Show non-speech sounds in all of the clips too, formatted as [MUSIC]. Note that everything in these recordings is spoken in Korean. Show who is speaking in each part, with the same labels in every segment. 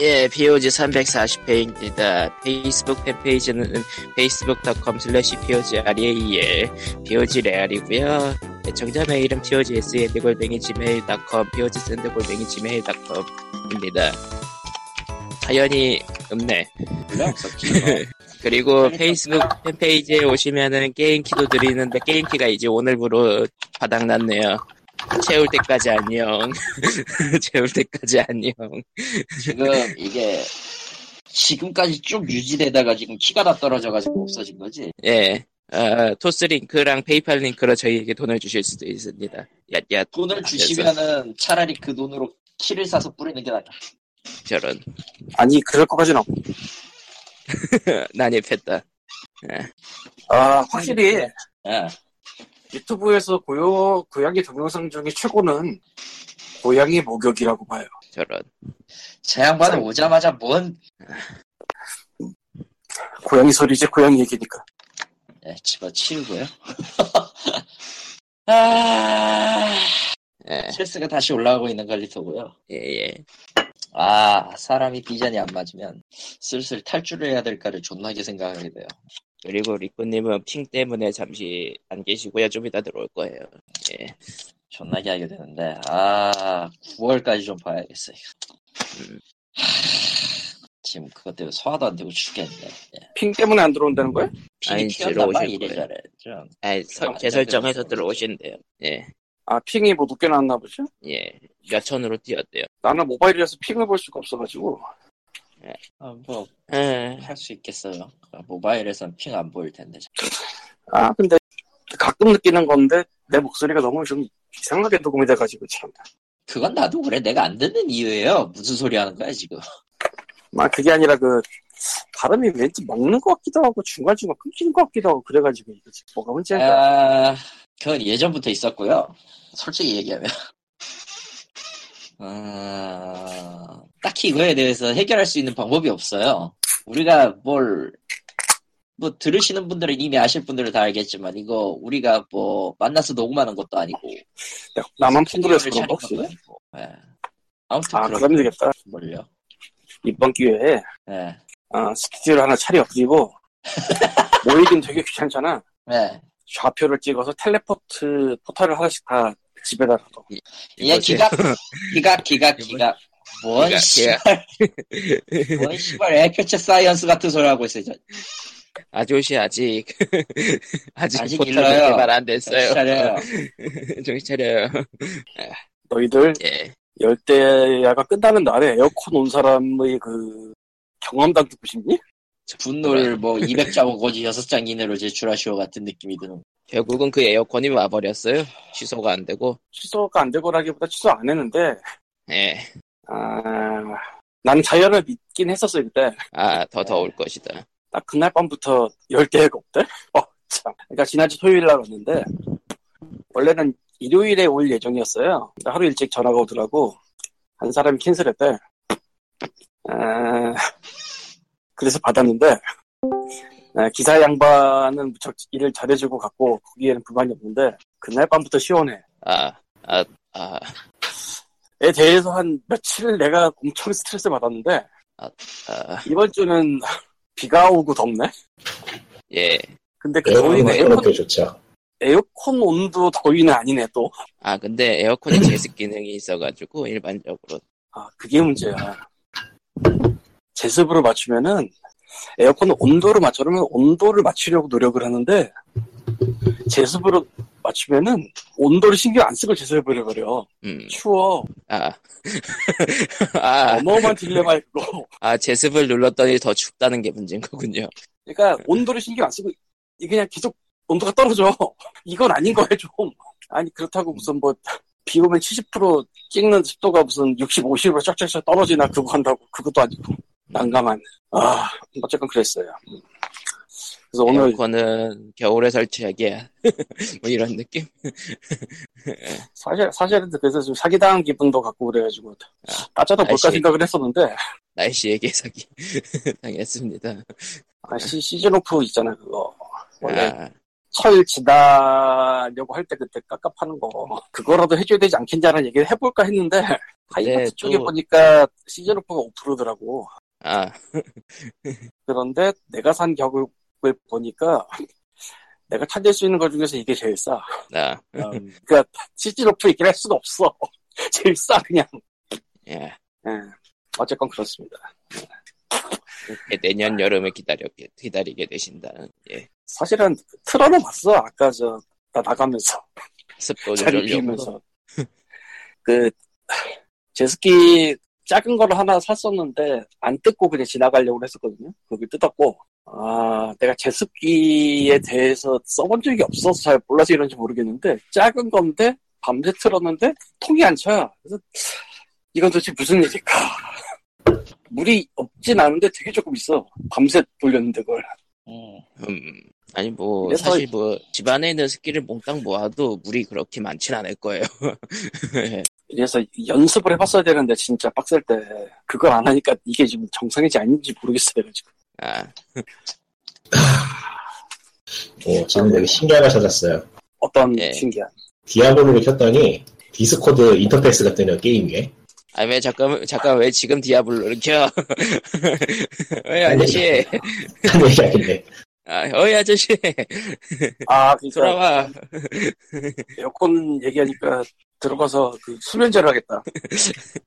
Speaker 1: 예, POG 340회입니다. 페이스북 팬페이지는 facebook.com slash E POGREAL, POGREAL이고요. 네, 정자 메일은 E POGSND골뱅이 gmail.com, E POGSND골뱅이 gmail.com입니다. 사연이 없네.
Speaker 2: 원래 없었지. 뭐
Speaker 1: 그리고 페이스북 팬페이지에 오시면은 게임키도 드리는데 게임키가 이제 오늘부로 바닥났네요. 채울 때까지 안녕. [LAUGHS] 채울 때까지 안녕.
Speaker 2: 지금 이게 지금까지 쭉 유지되다가 지금 키가 다 떨어져가지고 없어진 거지.
Speaker 1: 예. 어, 토스 링크랑 페이팔 링크로 저희에게 돈을 주실 수도 있습니다. 얏얏.
Speaker 2: 돈을
Speaker 1: 아,
Speaker 2: 주시면은 차라리 그 돈으로 키를 사서 뿌리는 게 낫다.
Speaker 1: 저런.
Speaker 3: 아니 그럴 것까지는 없-
Speaker 1: 어, 난입했다.
Speaker 3: 아 확실히
Speaker 2: 예.
Speaker 3: 유튜브에서 고요 고양이 동영상 중에 최고는 고양이 목욕이라고 봐요.
Speaker 1: 저런.
Speaker 2: 제 양반은 오자마자 뭔
Speaker 3: 고양이 소리지 고양이 얘기니까.
Speaker 2: 예, 집어치우고요. [LAUGHS] 아,
Speaker 1: 예,
Speaker 2: 스트레스가 다시 올라가고 있는 걸리터고요.
Speaker 1: 예, 예.
Speaker 2: 아, 사람이 비전이 안 맞으면 슬슬 탈출을 해야 될까를 존나게 생각하게 돼요.
Speaker 1: 그리고 리코님은 핑 때문에 잠시 안 계시고요. 좀 이따 들어올 거예요. 예.
Speaker 2: 존나게 하게 되는데 아 9월까지 좀 봐야겠어요.
Speaker 1: 음.
Speaker 2: 하, 지금 그것 때문에 소화도 안 되고 죽겠네.
Speaker 3: 핑 때문에 안 들어온다는 거야?
Speaker 2: 피이
Speaker 1: 아니,
Speaker 2: 튀었나 봐
Speaker 1: 들어오실
Speaker 2: 이래저래 좀.
Speaker 1: 아, 서, 재설정해서 들어오신대요. 예,
Speaker 3: 아 핑이 못 웃겨놨나 보죠?
Speaker 1: 예. 여천으로 뛰었대요.
Speaker 3: 나는 모바일이라서 핑을 볼 수가 없어가지고
Speaker 2: 뭐 할 수
Speaker 1: 예.
Speaker 2: 있겠어요. 그러니까 모바일에선 핑 안 보일 텐데.
Speaker 3: 아 근데 가끔 느끼는 건데 내 목소리가 너무 좀 이상하게 녹음이 돼가지고 참.
Speaker 2: 그건 나도 그래. 내가 안 듣는 이유예요. 무슨 소리 하는 거야 지금.
Speaker 3: 아 그게 아니라 그 발음이 왠지 먹는 것 같기도 하고 중간중간 끊기는 것 같기도 하고 그래가지고 이거 지금 뭐가 문제인가?
Speaker 2: 아, 그건 예전부터 있었고요. 솔직히 얘기하면. 아, 딱히 이거에 대해서 해결할 수 있는 방법이 없어요. 우리가 뭘, 뭐, 들으시는 분들은 이미 아실 분들은 다 알겠지만, 이거 우리가 뭐, 만나서 녹음하는 것도 아니고.
Speaker 3: 나만
Speaker 2: 스튜디오를
Speaker 3: 풍부해서 그런 거
Speaker 2: 차린
Speaker 3: 혹시?
Speaker 2: 것도 아니고. 예. 아무튼
Speaker 3: 아
Speaker 2: 그런
Speaker 3: 그러면 되겠다.
Speaker 2: 걸요.
Speaker 3: 이번 기회에
Speaker 2: 예.
Speaker 3: 아, 스튜디오를 하나 차려 그리고 모이긴 되게 귀찮잖아.
Speaker 2: 예.
Speaker 3: 좌표를 찍어서 텔레포트 포털을 하나씩 다 집에다 놔둬.
Speaker 2: 예, 기각,
Speaker 1: [LAUGHS]
Speaker 2: 기각, 기각, 기각. 뭔,
Speaker 1: 기각,
Speaker 2: 씨,
Speaker 1: 기각.
Speaker 2: 뭔, 씨발, 애교체 사이언스 같은 소리 하고 있어요. 저-
Speaker 1: 아저씨 아직 [LAUGHS] 아직, 아,
Speaker 2: 아직
Speaker 1: 포털은
Speaker 2: 일러요.
Speaker 1: 개발 안 됐어요.
Speaker 2: [LAUGHS] 차려요.
Speaker 1: [LAUGHS] 정신 차려요.
Speaker 3: 너희들
Speaker 1: 예.
Speaker 3: 열대야가 끝나는 날에 에어컨 온 사람의 그 경험담 듣고 싶니? 네.
Speaker 2: 분노를 뭐 200장 오거지 6장 이내로 제출하시오 같은 느낌이 드는
Speaker 1: 결국은 그 에어컨이 와버렸어요. 취소가 안 되고.
Speaker 3: 취소가 안 되고라기보다 취소 안 했는데
Speaker 1: 예.
Speaker 3: 아, 나는 자연을 믿긴 했었어 그때.
Speaker 1: 아, 더 더울 것이다.
Speaker 3: 딱 그날 밤부터 열대야가 [LAUGHS] 없대? 어, 참. 그러니까 지난주 토요일 날 왔는데, 원래는 일요일에 올 예정이었어요. 근데 하루 일찍 전화가 오더라고. 한 사람이 캔슬했대. 아, 그래서 받았는데, 아, 기사 양반은 무척 일을 잘해주고 갔고, 거기에는 불만이 없는데, 그날 밤부터 시원해.
Speaker 1: 아, 아, 아,
Speaker 3: 에 대해서 한 며칠 내가 엄청 스트레스 받았는데,
Speaker 1: 아,
Speaker 3: 이번 주는 [LAUGHS] 비가 오고 덥네?
Speaker 1: 예.
Speaker 3: 근데 그 더위는
Speaker 4: 에어컨은
Speaker 3: 에어컨
Speaker 4: 그렇게 좋죠.
Speaker 3: 에어컨 온도 더위는 아니네 또.
Speaker 1: 아, 근데 에어컨에
Speaker 3: [CLEARS THROAT]
Speaker 1: 제습 기능이 있어가지고 일반적으로
Speaker 3: 아 그게 문제야. 제습으로 맞추면은 에어컨 온도를 맞추려면 온도를 맞추려고 노력을 하는데 제습으로 맞추면은 온도를 신경 안 쓰고 제습을 해버려.
Speaker 1: 음,
Speaker 3: 추워.
Speaker 1: 아, [LAUGHS] 아,
Speaker 3: 어마어마한 딜레마 있고.
Speaker 1: 아, 제습을 눌렀더니 더 춥다는 게 문제인 거군요. 네.
Speaker 3: 그러니까 온도를 신경 안 쓰고 이- 그냥 계속 온도가 떨어져. [LAUGHS] 이건 아닌 거예요 좀. 아니
Speaker 1: 음.
Speaker 3: 그렇다고 무슨 뭐 비 오면 70% 찍는 습도가 무슨 60, 50으로 쫙쫙쫙 떨어지나 그거 한다고 그것도 아니고 난감한. 아 어쨌건 그랬어요. 그래서 오늘
Speaker 1: 네. 에어컨은 겨울에 설치하기야. [LAUGHS] 뭐 이런 느낌?
Speaker 3: 사실 사실은 그래서 좀 사기당한 기분도 갖고 그래가지고 따져도 볼까
Speaker 1: 아, 날씨. 아, 네.
Speaker 3: 생각을 했었는데
Speaker 1: 날씨에게 사기 [LAUGHS] 당했습니다.
Speaker 3: 아, 시, 시즌 오프 있잖아 그거 원래
Speaker 1: 아,
Speaker 3: 철 지나려고 할 때 그때 깝깝하는 거 그거라도 해줘야 되지 않겠냐는 얘기를 해볼까 했는데 하이마트
Speaker 1: 또-
Speaker 3: 쪽에 보니까 시즌 오프가 5%더라고
Speaker 1: 아,
Speaker 3: 그런데 내가 산 격을 보니까 내가 찾을 수 있는 것 중에서 이게 제일 싸
Speaker 1: 나,
Speaker 2: 음,
Speaker 3: 그러니까 시즌 오프 얘기를 할 수가 없어 [LAUGHS] 제일 싸 그냥
Speaker 1: 예.
Speaker 3: 예. 어쨌건 그렇습니다
Speaker 1: 이렇게 내년 여름을 기다려, 기다리게 되신다는, 예.
Speaker 3: 사실은 틀어놓았어 아까 저 나 나가면서
Speaker 1: 습도
Speaker 3: 자리
Speaker 1: 조절용.
Speaker 3: 비우면서 그 제스키 작은 거를 하나 샀었는데 안 뜯고 그냥 지나가려고 했었거든요. 그걸 뜯었고 아 내가 제습기에 대해서 써본 적이 없어서 잘 몰라서 이런지 모르겠는데 작은 건데 밤새 틀었는데 통이 안 쳐요. 그래서 이건 도대체 무슨 일일까? 물이 없진 않은데 되게 조금 있어. 밤새 돌렸는데 그걸.
Speaker 2: 음.
Speaker 1: 음. 아니, 뭐,
Speaker 3: 그래서-
Speaker 1: 사실 뭐, 집안에 있는 스키를 몽땅 모아도 물이 그렇게 많진 않을 거예요.
Speaker 3: 그래서 연습을 해봤어야 되는데 진짜 빡셀 때 그걸 안 하니까 이게 지금 정상인지 아닌지 모르겠어요 지금.
Speaker 1: 아,
Speaker 4: 예, 저는 되게 신기한 걸 찾았어요.
Speaker 3: 어떤
Speaker 1: 예.
Speaker 3: 신기한.
Speaker 4: 디아블로를 켰더니 디스코드 인터페이스가 뜨네요, 게임에. [LAUGHS]
Speaker 1: 아, 왜, 잠깐, 잠깐, 왜 지금 디아블로를 켜? [LAUGHS] 어이, 아저씨.
Speaker 4: 한 얘기 하길래.
Speaker 1: 아, 어이, 아저씨.
Speaker 3: 아 그러니까
Speaker 1: [LAUGHS] 돌아와.
Speaker 3: 에어컨 얘기하니까 들어가서 그 수면제를 하겠다.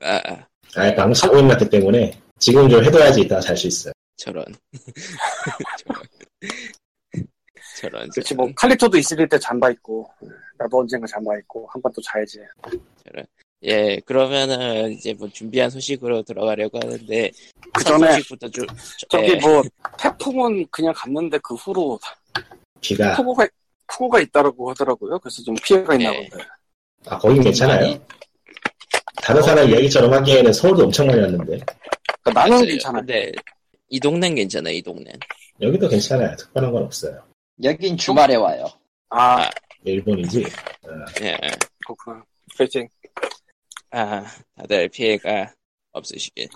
Speaker 1: 아,
Speaker 4: 아, 약간 아무 사고인 것 같기 때문에 지금 좀 해둬야지 이따가 잘 수 있어요.
Speaker 1: 저런. [LAUGHS] 저런. 저런.
Speaker 3: 그렇지 뭐 칼리토도 있을 때 잠바 있고 나도 언젠가 잠바 있고 한 번 또 자야지.
Speaker 1: 예, 그러면은 이제 뭐 준비한 소식으로 들어가려고 하는데
Speaker 3: 그
Speaker 1: 첫
Speaker 3: 전에
Speaker 1: 소식부터 좀
Speaker 3: 저기
Speaker 1: 예,
Speaker 3: 뭐 태풍은 그냥 갔는데 그 후로
Speaker 4: 비가
Speaker 3: 폭우가 폭우가 있다라고 하더라고요. 그래서 좀 피해가 있나
Speaker 1: 예.
Speaker 3: 본데.
Speaker 4: 아 거긴 괜찮아요. 다른 사람 이야기처럼 하기에는 서울도 엄청 많이 왔는데
Speaker 3: 그러니까 나는
Speaker 1: 맞아요. 네.
Speaker 3: 괜찮아. 요
Speaker 1: 근데 이 동네는 괜찮아 이 동네는.
Speaker 4: 여기도 괜찮아요. 특별한 건 없어요.
Speaker 2: 여긴 주말에 와요.
Speaker 3: 아
Speaker 1: 아.
Speaker 4: 일본이지.
Speaker 1: 예.
Speaker 3: 그렇구나. 파이팅.
Speaker 4: 예.
Speaker 1: 아, 다들 피해가 없으시길.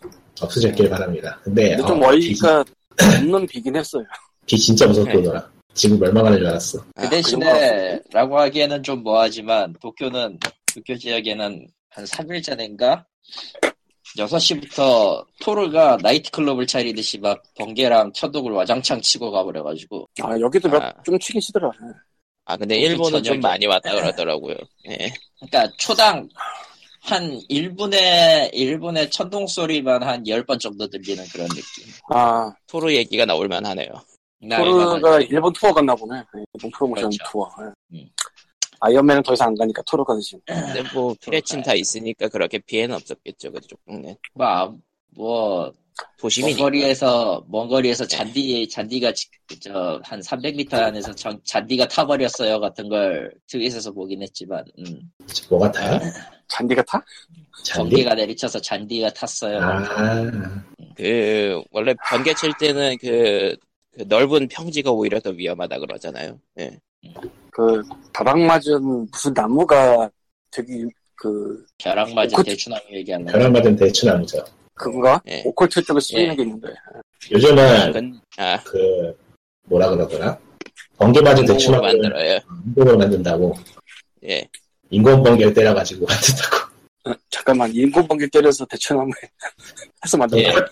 Speaker 4: 없어졌길 바랍니다. 근데,
Speaker 3: 근데
Speaker 4: 어,
Speaker 3: 좀
Speaker 4: 비,
Speaker 3: 어이가 없는 비긴 했어요.
Speaker 4: 비 진짜 무섭게
Speaker 1: 네.
Speaker 4: 오더라. 지금 멸망하는 줄 알았어.
Speaker 1: 아,
Speaker 2: 그
Speaker 3: 그런
Speaker 2: 대신에 라고 하기에는 좀 뭐하지만 도쿄는 도쿄 지역에는 한 3일 전인가 6시부터 토르가 나이트클럽을 차리듯이 막 번개랑 천둥을 와장창 치고 가버려가지고
Speaker 3: 아 여기도 몇
Speaker 1: 아.
Speaker 3: 좀 치긴 치더라.
Speaker 1: 아, 근데 일본은 좀
Speaker 2: 저녁에-
Speaker 1: 많이 왔다 그러더라고요. 예.
Speaker 2: 그러니까 초당 한 1분에 1분에 천둥 소리만 한 10번 정도 들리는 그런 느낌
Speaker 3: 아
Speaker 1: 토르 얘기가 나올 만하네요.
Speaker 2: 나
Speaker 3: 토르가
Speaker 2: 얼마나-
Speaker 3: 일본 투어 갔나 보네. 네, 일본 프로모션
Speaker 2: 그렇죠.
Speaker 3: 투어. 네.
Speaker 2: 음.
Speaker 3: 아이언맨은 더 이상 안 가니까 토르가 대신.
Speaker 1: 근데 뭐 피레친 다 있으니까 그렇게 피해는 없었겠죠. 그쪽 동네.
Speaker 2: 뭐, 아무- 뭐
Speaker 1: 도심이니까.
Speaker 2: 먼거리에서 먼거리에서 잔디 잔디가 저한 300m 안에서 전- 잔디가 타버렸어요 같은 걸 트윗에서 보긴 했지만 음,
Speaker 4: 뭐 같아요?
Speaker 3: 잔디가 타?
Speaker 4: 잔디?
Speaker 2: 번개가 내리쳐서 잔디가 탔어요.
Speaker 4: 아,
Speaker 1: 그 원래 번개 칠 때는 그, 그 넓은 평지가 오히려 더 위험하다 그러잖아요. 예.
Speaker 3: 그 벼락 맞은 무슨 나무가 되게 유- 그
Speaker 2: 벼락 맞은
Speaker 3: 그-
Speaker 2: 대추나무 얘기하는 거.
Speaker 4: 변환받은 대추나무죠.
Speaker 3: 그건가?
Speaker 1: 예.
Speaker 3: 오컬트 쪽에 쓰이는
Speaker 1: 예.
Speaker 3: 게 있는데.
Speaker 1: 아,
Speaker 4: 요즘은
Speaker 1: 근- 아,
Speaker 4: 그 뭐라 그러더라? 번개
Speaker 1: 공공으로
Speaker 4: 맞은 대추나무를
Speaker 1: 어, 만들어요.
Speaker 4: 인공으로 만든다고.
Speaker 1: 예.
Speaker 4: 인공 번개를 때려가지고 [LAUGHS] 만든다고.
Speaker 3: 어, 잠깐만 인공번개 때려서 대추나무에 [LAUGHS] 해서 만든
Speaker 1: 예.
Speaker 3: 거.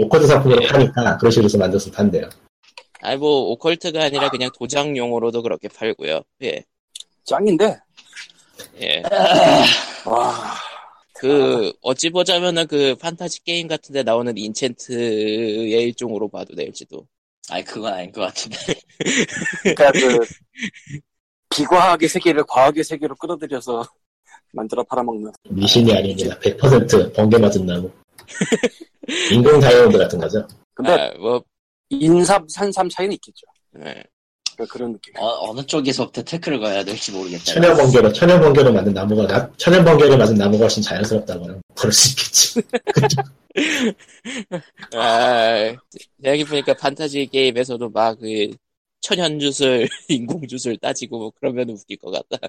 Speaker 4: 오코드 상품으로
Speaker 1: 예.
Speaker 4: 파니까 그런 식으로 해서 만들어서 판대요.
Speaker 1: 아니 뭐 오컬트가 아니라 그냥 도장용으로도 그렇게 팔고요. 예.
Speaker 3: 짱인데.
Speaker 1: 예.
Speaker 3: 와.
Speaker 1: 그 어찌 보자면은 그 판타지 게임 같은데 나오는 인챈트의 일종으로 봐도 될지도.
Speaker 2: 아니 그건 아닌 것 같은데.
Speaker 3: 그러니까 그 비과학의 세계를 과학의 세계로 끌어들여서 [LAUGHS] 만들어 팔아먹는.
Speaker 4: 미신이 아닙니다. 100% 번개 맞은 나무. 인공 다이아몬드 같은 거죠.
Speaker 3: 근데
Speaker 1: 아, 뭐
Speaker 3: 인삼 산삼 차이는 있겠죠.
Speaker 1: 예.
Speaker 3: 그러니까 그런 느낌.
Speaker 2: 어, 어느 쪽에서부터 태클을 가야 될지 모르겠다.
Speaker 4: 천연 번개로 천연 번개로 만든 나무가 나- 천연 번개를 맞은 나무가 훨씬 자연스럽다고는 그럴 수 있겠지.
Speaker 1: 아, 생각해 보니까 판타지 게임에서도 막 그 천연 주술, [LAUGHS] 인공 주술 따지고 뭐 그러면 웃길 것 같다.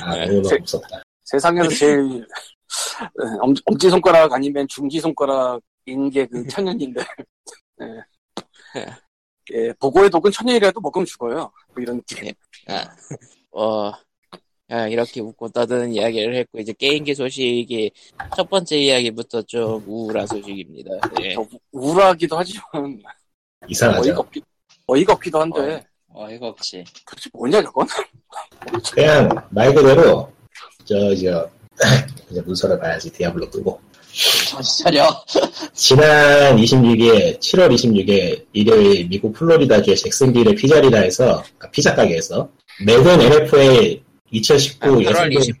Speaker 4: 아 너무 너무 무섭다.
Speaker 3: 세상에서 제일 [LAUGHS] 엄, 지손가 [LAUGHS] 락 아니면 중지손가락인 게 그 천연인데. 예. 예, 보고의 독은 천일이라도 먹으면 죽어요. 뭐 이런 느낌.
Speaker 1: 어, 아, 이렇게 웃고 떠드는 이야기를 했고, 이제 게임기 소식이 첫 번째 이야기부터 좀 우울한 소식입니다. 예.
Speaker 3: 더 우울하기도 하지만 어이가
Speaker 4: 이상하죠.
Speaker 3: 없기, 어이가 없기도 한데
Speaker 1: 예.
Speaker 2: 어이가 없지.
Speaker 3: 도대체 뭐냐 저건?
Speaker 4: 그냥 말 그대로 저저 [LAUGHS] 이제 문서를 봐야지 디아블로 끄고
Speaker 2: 정신 차려.
Speaker 4: 지난 26일 7월 26일 일요일 미국 플로리다주의 잭슨빌의 피자리다에서 아, 피자 가게에서 매든 NFA 2019
Speaker 1: 아, 8월
Speaker 4: 예선경
Speaker 1: 26일.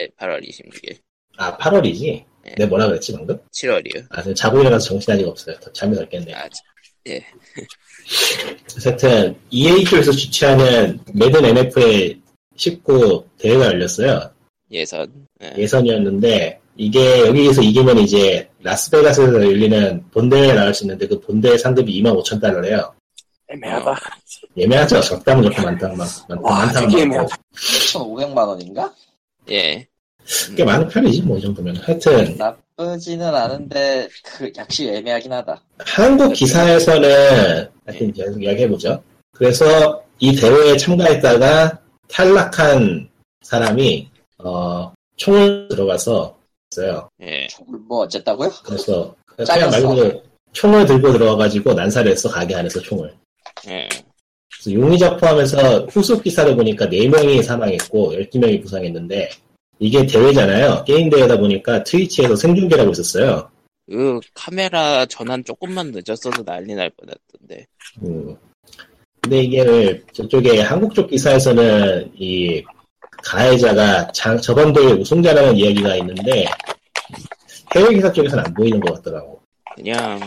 Speaker 1: 예, 8월 26일.
Speaker 4: 아 8월이지
Speaker 1: 네.
Speaker 4: 내가 뭐라 그랬지 방금
Speaker 1: 7월이요.
Speaker 4: 아 지금 자고 일어나서 정신 아직 없어요 더 잠이 덜 깼네
Speaker 1: 아,
Speaker 4: 어쨌든 EA 쪽에서 주최하는 매든 NFA 19 대회가 열렸어요
Speaker 1: 예선. 예.
Speaker 4: 예선이었는데 이게 여기에서 이기면 이제 라스베가스에서 열리는 본대에 나올 수 있는데 그 본대 상금이 2만 5천 달러래요.
Speaker 1: 어.
Speaker 3: 애매하다.
Speaker 4: 예매하죠. 적당히 그렇게 많다고 막 많다,
Speaker 3: 네. 와,
Speaker 4: 많다고
Speaker 3: 되게
Speaker 4: 많고.
Speaker 3: 애매하다.
Speaker 2: 2,500만 원인가?
Speaker 1: 예.
Speaker 4: 꽤 많은 편이지 뭐 이 정도면. 하여튼
Speaker 2: 나쁘지는 않은데 그 역시 애매하긴 하다.
Speaker 4: 한국 기사에서는 하여튼 계속 이야기해보죠. 그래서 이 대회에 참가했다가 탈락한 사람이 어, 총을 들어가서 있어요.
Speaker 1: 예.
Speaker 2: 총을 뭐 어쨌다고요?
Speaker 4: 그래서 그냥 말
Speaker 2: 잘렸어.
Speaker 4: 그대로 총을 들고 들어와가지고 난사했어 가게 안에서 총을.
Speaker 1: 예.
Speaker 4: 그래서 용의자 포함해서 후속 기사를 보니까 4명이 사망했고 12명이 부상했는데 이게 대회잖아요. 게임 대회다 보니까 트위치에서 생중계라고 있었어요.
Speaker 1: 그 카메라 전환 조금만 늦었어도 난리 날 뻔했던데.
Speaker 4: 음. 근데 이게 저쪽에 한국 쪽 기사에서는 이 가해자가 장- 저번 대회 우승자라는 이야기가 있는데 해외 기사 쪽에서는 안 보이는 것 같더라고.
Speaker 1: 그냥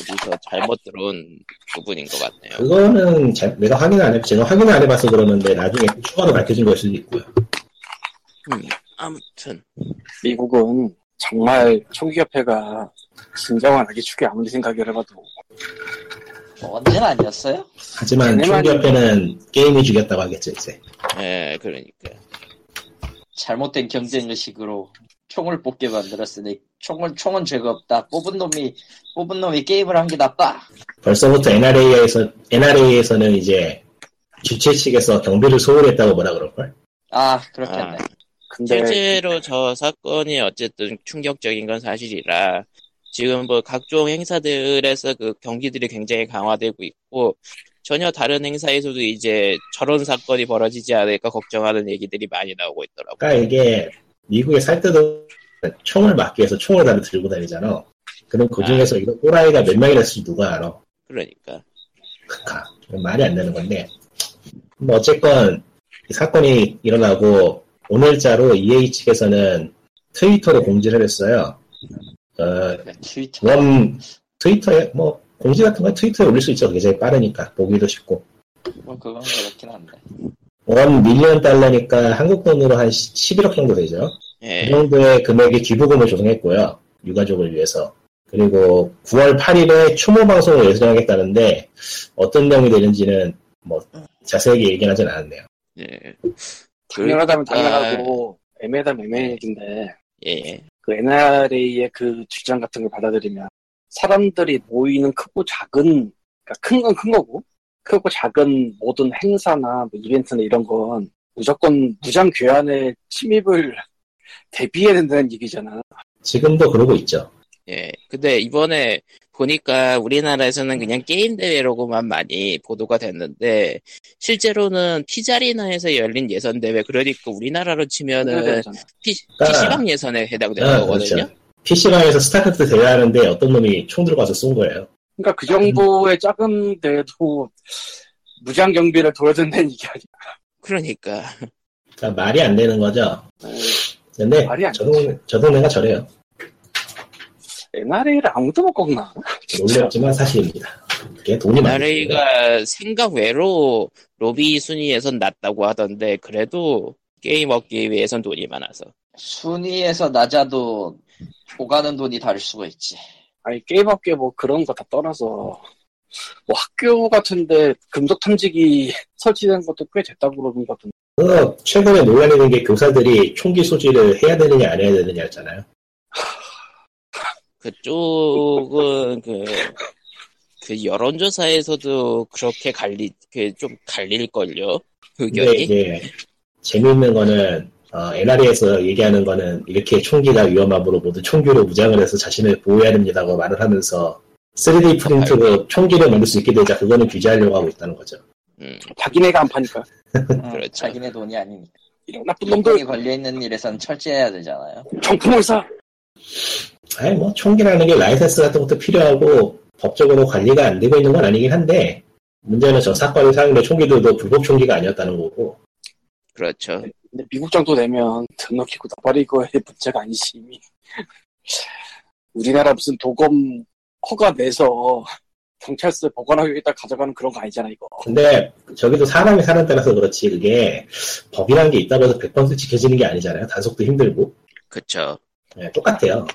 Speaker 1: 어디서 잘못 들어온 부분인 것 같네요.
Speaker 4: 그거는 제- 내가 확인 안 해, 제가 확인을 안 해봐서 그러는데 나중에 추가로 밝혀진 걸 수도 있고요.
Speaker 1: 음, 아무튼
Speaker 3: 미국은 정말 총기협회가 진정한 아기 축에 아무리 생각을 해봐도
Speaker 2: 뭐 언제는 아니었어요?
Speaker 4: 하지만
Speaker 3: 걔네만-
Speaker 4: 총기협회는 게임이 죽였다고 하겠죠 이제.
Speaker 1: 예, 그러니까
Speaker 2: 잘못된 경쟁 의식으로 총을 뽑게 만들었으니 총은 총은 죄가 없다. 뽑은 놈이 뽑은 놈이 게임을 한 게 나빠.
Speaker 4: 벌써부터 NRA에서, NRA에서는 이제 주최 측에서 경비를 소홀했다고 뭐라 그럴걸?
Speaker 2: 아 그렇겠네.
Speaker 1: 아.
Speaker 3: 근데
Speaker 1: 실제로 저 사건이 어쨌든 충격적인 건 사실이라 지금 뭐 각종 행사들에서 그 경기들이 굉장히 강화되고 있고 전혀 다른 행사에서도 이제 저런 사건이 벌어지지 않을까 걱정하는 얘기들이 많이 나오고 있더라고.
Speaker 4: 그러니까 이게 미국에 살 때도 총을 막기 위해서 총을 다들 들고 다니잖아. 그럼 그 중에서 이거 꼬라이가 몇 명이 됐을지 누가 알아?
Speaker 1: 그러니까
Speaker 4: 크카. 이건 말이 안 되는 건데. 뭐 어쨌건 이 사건이 일어나고 오늘자로 EA 측에서는 트위터로 공지를 했어요. 어,
Speaker 1: 아.
Speaker 2: 네, 트위터
Speaker 4: 원 트위터에 뭐 공지 같은 건 트위터에 올릴 수 있죠. 굉장히 빠르니까 보기도 쉽고
Speaker 2: 뭐 그건 그렇긴 한데.
Speaker 4: 원 밀리언 달러니까 한국 돈으로 한 11억 정도 되죠.
Speaker 1: 예,
Speaker 4: 그 정도의 금액의 기부금을 조성했고요. 유가족을 위해서. 그리고 9월 8일에 추모 방송을 예정하겠다는데 어떤 내용이 되는지는 뭐 자세하게 얘기하진 않았네요.
Speaker 1: 예,
Speaker 3: 당연하다면
Speaker 1: 그러니까-
Speaker 3: 당연하고 애매하다면 애매해진데
Speaker 1: 예,
Speaker 3: 그 NRA의 그 주장 같은 걸 받아들이면 사람들이 모이는 크고 작은 그러니까 큰 건 큰 거고 크고 작은 모든 행사나 뭐 이벤트나 이런 건 무조건 무장 괴한의 침입을 [LAUGHS] 대비해야 된다는 얘기잖아.
Speaker 4: 지금도 그러고 있죠.
Speaker 1: 예. 근데 이번에 보니까 우리나라에서는 그냥 게임 대회로만 많이 보도가 됐는데 실제로는 피자리나에서 열린 예선 대회 그러니까 우리나라로 치면은
Speaker 3: 그래서
Speaker 1: 피,
Speaker 4: 그러니까-
Speaker 1: PC방 예선에 해당되는
Speaker 4: 아,
Speaker 1: 거거든요.
Speaker 4: 그렇죠. PC방에서 스타크래프트 대회하는데 어떤 놈이 총 들고 와서 쏜 거예요.
Speaker 3: 그러니까 그 정도의 작은 데도 무장 경비를 돌려준다는 얘기 아니야.
Speaker 1: 그러니까
Speaker 4: 그러니까 말이 안 되는 거죠. 근데
Speaker 3: 말이 안
Speaker 4: 저도, 저도 내가 저래요.
Speaker 3: NRA를 아무도 못 꺾나?
Speaker 4: 놀랍지만 사실입니다. 이게 돈이 많이 들어요.
Speaker 1: NRA가 생각 외로 로비 순위에선 낮다고 하던데 그래도 게임 업계에 비해선 돈이 많아서
Speaker 2: 순위에서 낮아도 오가는 돈이 다를 수가 있지.
Speaker 3: 아니 게임업계 뭐 그런 거 다 떠나서 뭐 학교 같은데 금속 탐지기 [LAUGHS] 설치된 것도 꽤 됐다고 그러는 것 같은데
Speaker 4: 그거 어, 최근에 논란이 된 게 교사들이 총기 소지를 해야 되느냐 안 해야 되느냐였잖아요.
Speaker 1: 그쪽은 그 그 여론조사에서도 그렇게 갈리 그 좀 갈릴걸요
Speaker 4: 근데
Speaker 1: 의견이
Speaker 4: 이제 재미있는 거는 어, NRA에서 얘기하는 거는 이렇게 총기가 위험함으로 모두 총기로 무장을 해서 자신을 보호해야 됩니다고 말을 하면서 3D 프린트로 총기를 만들 수 있게 되자 그거는 규제하려고 하고 있다는 거죠.
Speaker 1: 음,
Speaker 3: 자기네가 안 파니까
Speaker 2: 음,
Speaker 1: 그렇죠. 그
Speaker 2: 자기네 돈이 아니니까.
Speaker 3: 이런 나쁜
Speaker 2: 인권이
Speaker 3: 놈들
Speaker 2: 걸려있는 일에선 철저해야 되잖아요.
Speaker 3: 정품을 사
Speaker 4: 아니 뭐 총기라는 게 라이센스 같은 것도 필요하고 법적으로 관리가 안 되고 있는 건 아니긴 한데 문제는 저 사건의 상대 총기들도 불법 총기가 아니었다는 거고
Speaker 1: 그렇죠
Speaker 3: 근데 미국 정도 되면 등록해고 나발이거의 문제가 아니지 이미 우리나라 무슨 도검 허가 내서 경찰서 보관하기에다 가져가는 그런 거 아니잖아 이거
Speaker 4: 근데 저기도 사람이 사는 따라서 그렇지 그게 법이라는 게 있다고 해서 100% 지켜지는 게 아니잖아요 단속도 힘들고
Speaker 1: 그렇죠
Speaker 4: 예, 똑같아요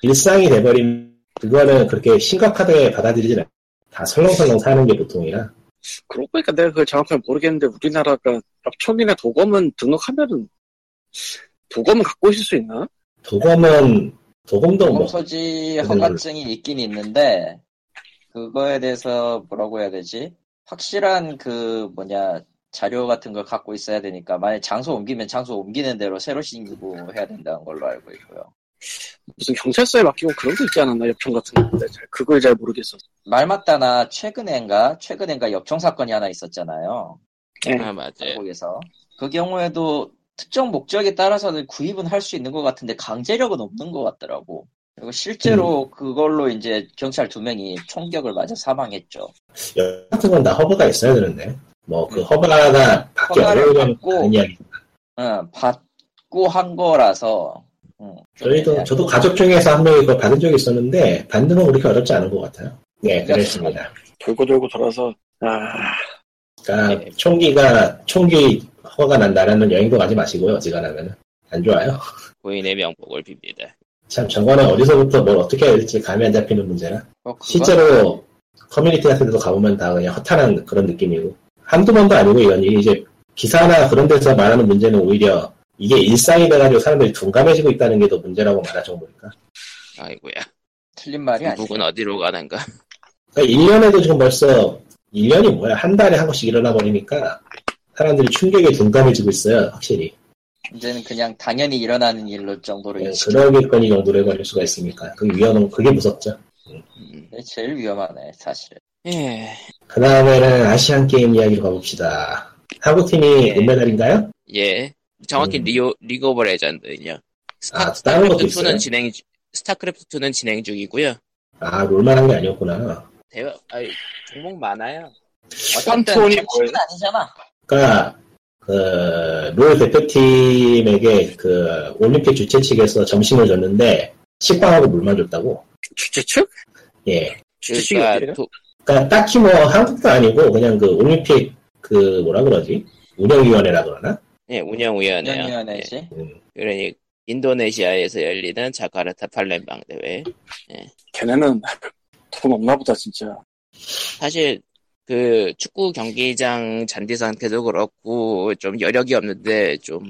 Speaker 4: 일상이 돼버린 그거는 그렇게 심각하게 받아들이진 않아요 다 설렁설렁 사는 게 보통이라
Speaker 3: 그러고 보니까 내가 그걸 정확하게 모르겠는데 우리나라가 납촌이나 도검은 등록하면은 도검은 갖고 있을 수 있나?
Speaker 4: 도검은 도검도 뭐
Speaker 2: 공소지
Speaker 4: 그대로.
Speaker 2: 허가증이 있긴 있는데 그거에 대해서 뭐라고 해야 되지? 확실한 그 뭐냐 자료 같은 걸 갖고 있어야 되니까 만약 장소 옮기면 장소 옮기는 대로 새로 신고 해야 된다는 걸로 알고 있고요.
Speaker 3: 무슨 경찰서에 맡기고 그런 거 있지 않았나 엽촌 같은 건데 잘- 그걸 잘 모르겠어
Speaker 2: 말마따나 최근엔가 최근엔가 엽총 사건이 하나 있었잖아요.
Speaker 1: 아 맞아요
Speaker 2: 한국에서 그 경우에도 특정 목적에 따라서는 구입은 할 수 있는 것 같은데 강제력은 없는 것 같더라고. 그리고 실제로 그걸로 이제 경찰 두 명이 총격을 맞아 사망했죠.
Speaker 4: 여- 같은 건 다 허브가 있어야 되는데 뭐 그 허브가 네, 받기
Speaker 2: 허가를
Speaker 4: 어려우면
Speaker 2: 받고
Speaker 4: 다른 이야기
Speaker 2: 응, 어, 받고 한 거라서. 어. 네. 응, 좀
Speaker 4: 저희도
Speaker 2: 애매하죠.
Speaker 4: 저도 가족 중에서 한 명이 그걸 받은 적이 있었는데 받는 건 그렇게 어렵지 않은 것 같아요. 네, 그랬습니다.
Speaker 3: 돌고 돌고 돌아서 아
Speaker 4: 그러니까
Speaker 1: 네.
Speaker 4: 총기가 총기 허가 난 나라는 여행도 가지 마시고요. 어지간하면 안 좋아요.
Speaker 1: 고인의 명복을 빕니다
Speaker 4: 참 저거는 어디서부터 뭘 어떻게 해야 될지 감이 안 잡히는 문제라.
Speaker 2: 어, 그건-
Speaker 4: 실제로 커뮤니티 같은 데도 가보면 다 그냥 허탈한 그런 느낌이고 한두 번도 아니고 이런 일이 이제 기사나 그런 데서 말하는 문제는 오히려 이게 일상이 돼가지고 사람들이 둔감해지고 있다는 게 더 문제라고 말할 정도니까.
Speaker 1: 아이고야
Speaker 2: 틀린 말이 아니야.
Speaker 1: 미국은 어디로 가는가
Speaker 4: 그러니까 1년에도 지금 벌써 1년이 뭐야 한 달에 한 번씩 일어나 버리니까 사람들이 충격에 둔감해지고 있어요 확실히
Speaker 2: 이제는 그냥 당연히 일어나는 일로 정도로
Speaker 4: 예,
Speaker 2: 인식.
Speaker 4: 그러기건이 정도로 해버릴 수가 있으니까 그 위험은 그게 무섭죠
Speaker 1: 음.
Speaker 2: 제일 위험하네 사실.
Speaker 1: 예
Speaker 4: 그 다음에는 아시안 게임 이야기로 가봅시다 한국 팀이
Speaker 1: 예.
Speaker 4: 은메달인가요?
Speaker 1: [LAUGHS] 예. 정확히
Speaker 4: 음.
Speaker 1: 리오, 리그 오브 레전드는요. 스타,
Speaker 4: 아, 다른 것도
Speaker 1: 스타크래프트 2는
Speaker 4: 있어요?
Speaker 1: 진행, 중- 스타크래프트 2는 진행 중이고요.
Speaker 4: 아 롤만 한 게 아니었구나
Speaker 1: 대화, 아니, 종목 많아요.
Speaker 2: 어쨌든
Speaker 3: 펀트온이
Speaker 2: 참
Speaker 3: 뭐예요?
Speaker 2: 쉽은 아니잖아.
Speaker 4: 그러니까 그 롤 대표팀에게 그 올림픽 주최 측에서 점심을 줬는데 식빵하고 물만 줬다고
Speaker 3: 주최 측?
Speaker 4: 예
Speaker 3: 주최 측이
Speaker 1: 그러니까
Speaker 3: 어디예요?
Speaker 1: 도,
Speaker 4: 그러니까 딱히 뭐 한국도 아니고 그냥 그 올림픽 그 뭐라 그러지 운영위원회라 그러나
Speaker 1: 예, 운영위원회요.
Speaker 2: 연연해지.
Speaker 4: 음,
Speaker 1: 그러니 인도네시아에서 열리는 자카르타 팔렘방 대회.
Speaker 3: 걔네는 [LAUGHS] 돈 없나 보다 진짜
Speaker 1: 사실 그 축구 경기장 잔디 상태도 그렇고 좀 여력이 없는데 좀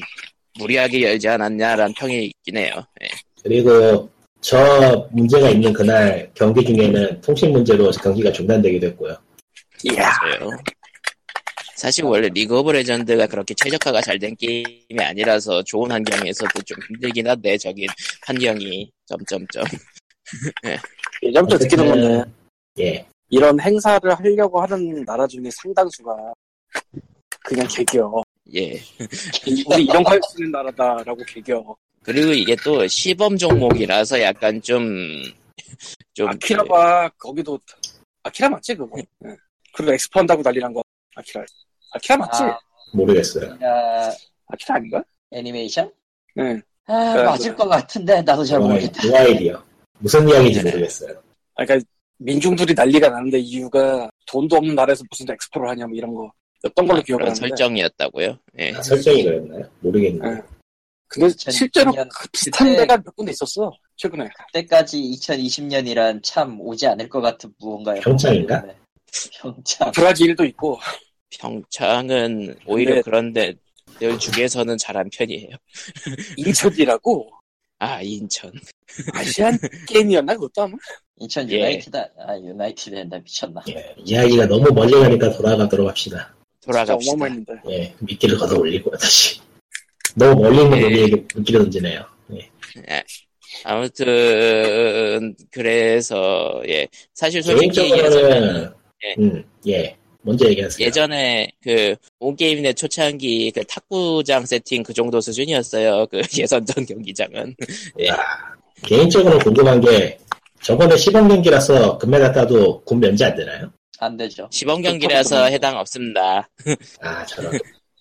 Speaker 1: 무리하게 열지 않았냐라는 평이 있긴 해요. 예.
Speaker 4: 그리고 저 문제가 있는 그날 경기 중에는 통신 문제로 경기가 중단되기도 했고요.
Speaker 3: 이야
Speaker 1: 맞아요. 사실 원래 리그 오브 레전드가 그렇게 최적화가 잘 된 게임이 아니라서 좋은 환경에서도 좀 힘들긴 한데 저긴 환경이 점점점
Speaker 3: 예전부터 느끼는 건데
Speaker 4: 예,
Speaker 3: 이런 행사를 하려고 하는 나라 중에 상당수가 그냥 개겨.
Speaker 1: 예
Speaker 3: 우리 이런 거 할 수 있는 나라다라고 개겨.
Speaker 1: 그리고 이게 또 시범 종목이라서 약간 좀좀
Speaker 3: 아키라가 거기도 아키라 맞지 그거? 응. 그리고 엑스포 한다고 난리 난 거. 아키라. 아키라 맞지?
Speaker 2: 아,
Speaker 4: 모르겠어요.
Speaker 2: 야,
Speaker 3: 아키라 아닌가? 네.
Speaker 2: 애니메이션?
Speaker 3: 응.
Speaker 4: 네,
Speaker 2: 아,
Speaker 3: 그래,
Speaker 2: 맞을
Speaker 3: 그래.
Speaker 2: 것 같은데 나도 잘
Speaker 4: 노아이-
Speaker 2: 모르겠다.
Speaker 4: 노아일이요. 무슨
Speaker 1: 네.
Speaker 4: 이야기인지 모르겠어요.
Speaker 3: 아, 그러니까 민중들이 난리가 나는데 이유가 돈도 없는 나라에서 무슨 엑스포를 하냐 뭐 이런 거. 어떤 걸로 기억을
Speaker 1: 그런
Speaker 3: 하는데. 네.
Speaker 1: 설정이었다고요. 예
Speaker 4: 아, 설정이 그랬나요? 모르겠네요.
Speaker 1: 아.
Speaker 3: 응. 근데
Speaker 2: 전-
Speaker 3: 실제로
Speaker 2: 그냥
Speaker 3: 그 비슷한
Speaker 2: 그때-
Speaker 3: 데가 몇 군데 있었어 최근에.
Speaker 2: 그때까지 2020년이란 참 오지 않을 것 같은 무언가요.
Speaker 4: 평창인가?
Speaker 2: 평창.
Speaker 3: 아, 브라질도
Speaker 1: [LAUGHS]
Speaker 3: 있고
Speaker 1: 평창은 오히려
Speaker 3: 근데-
Speaker 1: 그런데 늘 중에서는 잘한 편이에요.
Speaker 3: 인천이라고
Speaker 1: 아 인천
Speaker 3: 아시안 게임이었나 그것도 아마.
Speaker 2: 인천
Speaker 1: 예.
Speaker 2: 유나이티드 아 유나이티드 된다 미쳤나
Speaker 4: 예, 이야기가 너무 멀리 가니까 돌아가도록 합시다.
Speaker 3: 진짜
Speaker 1: 돌아갑시다.
Speaker 3: 어마어마했는데.
Speaker 4: 예, 미끼를 걷어 올리고 다시. 너무 멀리 있는
Speaker 1: 예.
Speaker 4: 우리에게 미끼를 던지네요. 예.
Speaker 1: 아무튼 그래서 예 사실 솔직히 얘기하자면
Speaker 4: 개인적으로는
Speaker 1: 예.
Speaker 4: 음, 예, 먼저 얘기하세요.
Speaker 1: 예전에 그 온게임 내 초창기 그 탁구장 세팅 그 정도 수준이었어요 그 [LAUGHS] 예선전 경기장은 예.
Speaker 4: 아, 개인적으로 궁금한 게 저번에 시범 경기라서 금메달 따도 군 면제 안 되나요?
Speaker 2: 안 되죠
Speaker 1: 시범
Speaker 3: [LAUGHS]
Speaker 1: 경기라서 해당 없습니다.
Speaker 4: 아, 저런.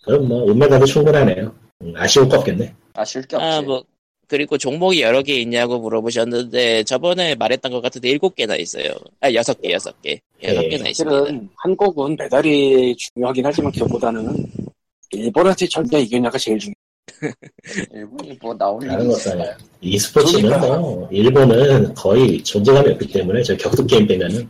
Speaker 4: 그럼 뭐 은메달도 충분하네요. 음, 아쉬울 거 없겠네.
Speaker 2: 아쉴 게 없지
Speaker 1: 아 뭐 그리고 종목이 여러 개 있냐고 물어보셨는데 저번에 말했던 것 같은데 일곱 개나 있어요. 아 여섯 개 여섯 개 여섯
Speaker 4: 예.
Speaker 1: 개나 있습니다.
Speaker 3: 사실은 한국은 메달이 중요하긴 하지만 그보다는 일본한테 절대 이겨냐가 제일 중요해.
Speaker 2: 일본이 뭐 나올
Speaker 4: 다른
Speaker 2: 일이
Speaker 4: 것도
Speaker 2: 있어
Speaker 4: 아니야. 이 스포츠는
Speaker 3: 그러니까.
Speaker 4: 뭐 일본은 거의 존재감이 없기 때문에 저 격투 게임 빼면은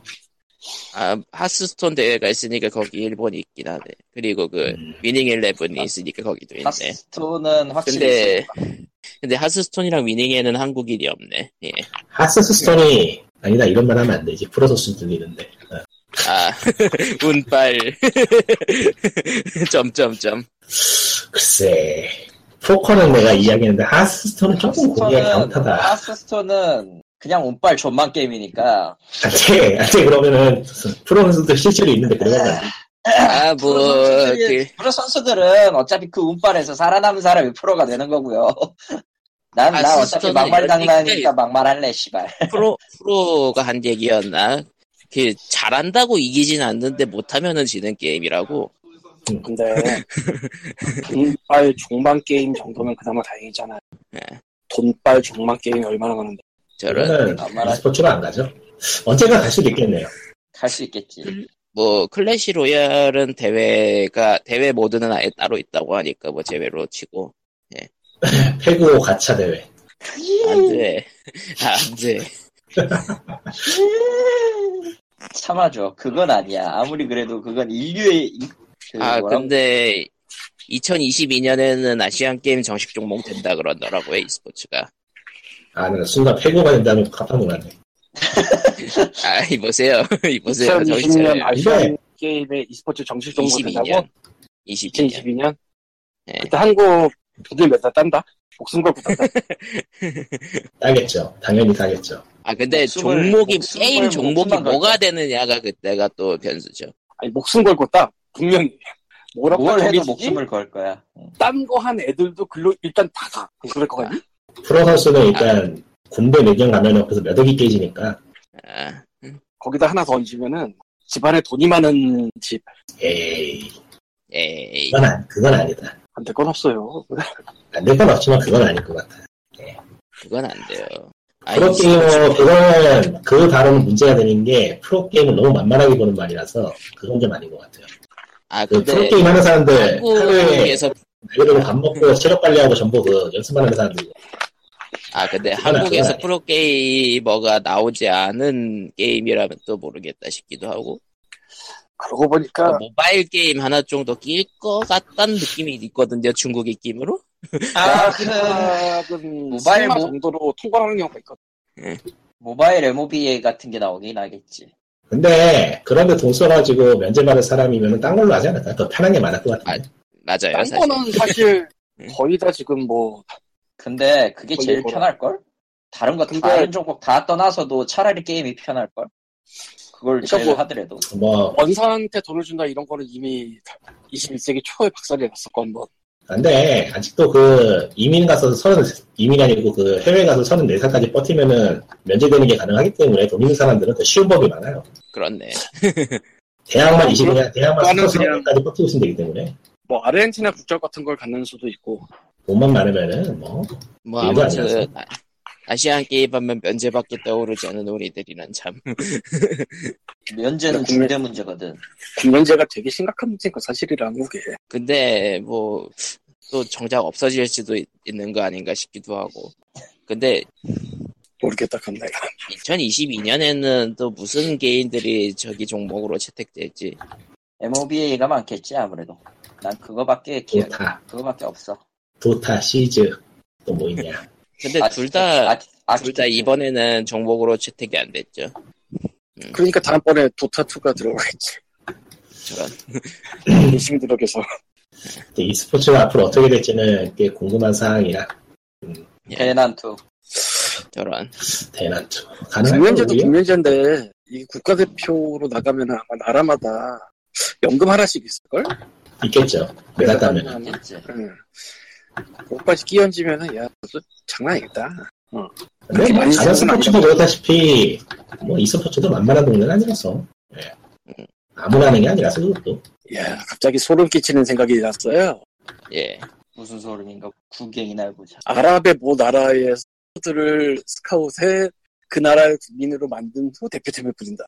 Speaker 1: 아 하스스톤 대회가 있으니까 거기 일본이 있긴 하네. 그리고 그
Speaker 4: 음,
Speaker 1: 위닝 일레븐이 있으니까 거기도 있네.
Speaker 2: 하스톤은 확실히
Speaker 1: 근데-
Speaker 2: 있을 거야.
Speaker 1: 근데 하스스톤이랑 위닝에는 한국인이 없네. 예.
Speaker 4: 하스스톤이 아니다 이런 말 하면 안 되지 프로소스 들리는데 아,
Speaker 1: 아 [LAUGHS] 운빨 [LAUGHS] 점점점.
Speaker 4: 글쎄 포커는 내가 이야기했는데 하스스톤은 조금 고개가
Speaker 2: 하스톤은
Speaker 4: 강타다
Speaker 2: 하스톤은 그냥 운빨 존만 게임이니까
Speaker 4: 안돼 안돼 예. 아, 그러면은 프로선수들 실제로 있는데 그러면 안 돼.
Speaker 2: 프로
Speaker 1: 아뭐그
Speaker 2: 선수들이- 프로 선수들은 어차피 그 운빨에서 살아남은 사람이 프로가 되는 거고요. [LAUGHS] 난, 나 어차피
Speaker 1: 아시스턴은
Speaker 2: 막말
Speaker 1: 열리니까
Speaker 2: 장난이니까 막말할래, 씨발.
Speaker 1: 그 프로 프로가 한 얘기였나? 그 잘한다고 이기진 않는데 못하면은 지는 게임이라고.
Speaker 3: 근데
Speaker 1: [LAUGHS]
Speaker 3: 돈빨 종방 게임 정도면 그나마 다행이잖아요.
Speaker 1: 네.
Speaker 3: 돈빨 종방 게임이 얼마나 많은데.
Speaker 1: 저런
Speaker 4: 그러면은
Speaker 2: 아마라-
Speaker 4: 스포츠로 안 가죠 언젠가 갈 수도 있겠네요
Speaker 2: 갈 수 있겠지.
Speaker 1: 뭐 클래시 로얄은 대회가 대회 모드는 아예 따로 있다고 하니까 뭐 제외로 치고
Speaker 4: 페구 가차 대회
Speaker 1: 안돼 [LAUGHS] 아, 안돼
Speaker 2: 참아줘. 그건 아니야. 아무리 그래도 그건 인류의, 이- 그
Speaker 1: 아
Speaker 2: 뭐라고-
Speaker 1: 근데 2022년에는 아시안 게임 정식 종목 된다 그러더라고요 e스포츠가
Speaker 4: 아, 나 순간 페구가 된다면 깜짝 놀랐네.
Speaker 1: 아 [LAUGHS] 이보세요 이보세요 정신
Speaker 3: 2020년
Speaker 1: 차려요
Speaker 3: 아시안
Speaker 4: 네.
Speaker 3: 게임의 e스포츠 정식 종목 된다고?
Speaker 1: 22년 22년
Speaker 3: 2022년?
Speaker 1: 네.
Speaker 3: 그때 한국 부들 몇달 딴다? 목숨
Speaker 2: [LAUGHS]
Speaker 3: 걸고 딴다.
Speaker 4: 따겠죠. 당연히 따겠죠.
Speaker 1: 아 근데
Speaker 2: 목숨을-
Speaker 1: 종목이
Speaker 2: 목숨을
Speaker 1: 게임 종목이
Speaker 2: 목숨만
Speaker 1: 뭐가
Speaker 2: 걸까?
Speaker 1: 되느냐가 그때가 또 변수죠
Speaker 3: 아니 목숨 걸고 따. 분명히. 뭐라고
Speaker 2: 뭘 해도
Speaker 3: 정해지지?
Speaker 2: 목숨을 걸 거야. 응.
Speaker 3: 딴거 한 애들도 글로 일단 다 가. 그럴 거 같니?
Speaker 4: 프로 선수는 일단 군대 매년 가면 옆에서 몇 억이 깨지니까.
Speaker 1: 아,
Speaker 3: 거기다 하나 더 얹으면은 집안에 돈이 많은 집.
Speaker 4: 에이,
Speaker 1: 에이
Speaker 4: 그건, 안, 그건 아니다.
Speaker 3: 안 될 건 없어요.
Speaker 4: 안 될 건 없지만 그건 아닐 것 같아.
Speaker 1: 그건 안 돼요 아,
Speaker 4: 프로게이머, 뭐, 그거는, 그 발언은 문제가 되는 게 프로게임을 너무 만만하게 보는 말이라서 그건 좀 아닌 것 같아요.
Speaker 1: 아
Speaker 4: 그
Speaker 1: 근데
Speaker 4: 프로게임 하는 사람들, 하루에
Speaker 1: 한국에서 음.
Speaker 4: 말 그대로 밥 먹고 체력 관리하고 전부 그 연습만 하는 사람들.
Speaker 1: 아 근데
Speaker 4: 그건
Speaker 1: 한국에서
Speaker 4: 아니야.
Speaker 1: 프로게이머가 나오지 않은 게임이라면 또 모르겠다 싶기도 하고
Speaker 3: 그러고 보니까
Speaker 1: 뭐 모바일 게임 하나 정도 낄 것 같다는 느낌이 있거든요 중국의 게임으로
Speaker 2: 아, 그,
Speaker 3: 약은
Speaker 2: 모바일
Speaker 3: 모바일
Speaker 2: 모-
Speaker 3: 정도로 통과하는 경우가 있거든.
Speaker 2: 모바일 MOBA 같은 게 나오긴 하겠지.
Speaker 4: 근데, 그런데 돈 써가지고 면제받을 사람이면 딴 걸로 하지 않을까? 더 편한 게 많을 것 같아.
Speaker 1: 맞아요
Speaker 2: 네,
Speaker 3: 딴
Speaker 1: 사실
Speaker 3: 거는 사실
Speaker 2: 음.
Speaker 3: 거의 다 지금 뭐
Speaker 2: 근데 그게 제일
Speaker 3: 걸리거라.
Speaker 2: 편할걸? 다른 거,
Speaker 3: 근데-
Speaker 2: 다른 종목 다 떠나서도 차라리 게임이 편할걸? 그걸
Speaker 3: 그러니까
Speaker 2: 제일
Speaker 3: 뭐-
Speaker 2: 하더라도.
Speaker 4: 뭐,
Speaker 3: 원사한테 돈을 준다 이런 거는 이미 21세기 초에 박살이 났었고 한번
Speaker 4: 근데 아직도 그 이민 가서 서른 이민 아니고 그 해외 가서 서른 네 살까지 버티면은 면제되는 게 가능하기 때문에 돈 있는 사람들은 더 쉬운 법이 많아요.
Speaker 1: 그렇네
Speaker 4: 대학만
Speaker 3: 그럼
Speaker 4: 20년, 대학만
Speaker 3: 나는
Speaker 4: 30년까지 버티고 있으면 되기 때문에
Speaker 3: 뭐 아르헨티나 국적 같은 걸 갖는 수도 있고
Speaker 4: 돈만 많으면은 뭐
Speaker 1: 뭐
Speaker 4: 일도
Speaker 1: 아무튼
Speaker 4: 아니라서.
Speaker 1: 아- 아시안 게임 하면 면제밖에 떠오르지 않은 우리들이란 참
Speaker 2: 면제는
Speaker 3: 근데 국내-
Speaker 2: 중대 문제거든.
Speaker 3: 공연제가 되게 심각한 문제인 거 사실이라 한국에
Speaker 1: 근데 뭐 또 정작 없어질 수도 있, 는거 아닌가 싶기도 하고 근데
Speaker 3: 모르겠다 그럼 내가
Speaker 1: 2022년에는 또 무슨 게임들이 저기 종목으로 채택될지
Speaker 2: MOBA가 많겠지 아무래도.
Speaker 3: 뭐
Speaker 2: 난 그거밖에 기억,
Speaker 4: 도타,
Speaker 2: 그거밖에 없어.
Speaker 4: 도타 시즈 또 뭐 있냐?
Speaker 1: 근데
Speaker 2: 아,
Speaker 1: 둘 다 둘 다
Speaker 2: 아, 아키텍트.
Speaker 1: 이번에는 정복으로 채택이 안 됐죠.
Speaker 3: 그러니까 다음번에 도타2가 들어가겠지.
Speaker 1: 저런.
Speaker 4: 음.
Speaker 3: 열심히 노력해서.
Speaker 4: 이제 e스포츠가 앞으로 어떻게 될지는 꽤 궁금한 사항이라
Speaker 2: 대난투.
Speaker 1: 저런.
Speaker 4: 대난투.
Speaker 3: 공연제도
Speaker 4: 우리요?
Speaker 3: 공연제인데, 이 국가대표로 나가면 아마 나라마다 연금 하나씩 있을걸?
Speaker 4: 있겠죠.
Speaker 3: 그래서
Speaker 4: 내놨다면
Speaker 3: 나는-
Speaker 2: 됐지.
Speaker 3: 응. 그것까지 끼얹으면은, 야, 그것도 장난 아니다.
Speaker 4: 근데 뭐
Speaker 3: 많이
Speaker 4: 다른
Speaker 3: 쓰는 건
Speaker 4: 스포츠도 그렇다시피 뭐 e스포츠도 만만한 동네는 아니라서 예. 아무나 하는 게 아니라서 그것도
Speaker 3: 야, 갑자기 소름 끼치는 생각이 났어요.
Speaker 1: 예.
Speaker 2: 무슨 소름인가. 구경이나 해보자.
Speaker 3: 아랍의 모 나라의 선수들을 스카웃해 그 나라의 국민으로 만든 후 대표팀을 꾸린다.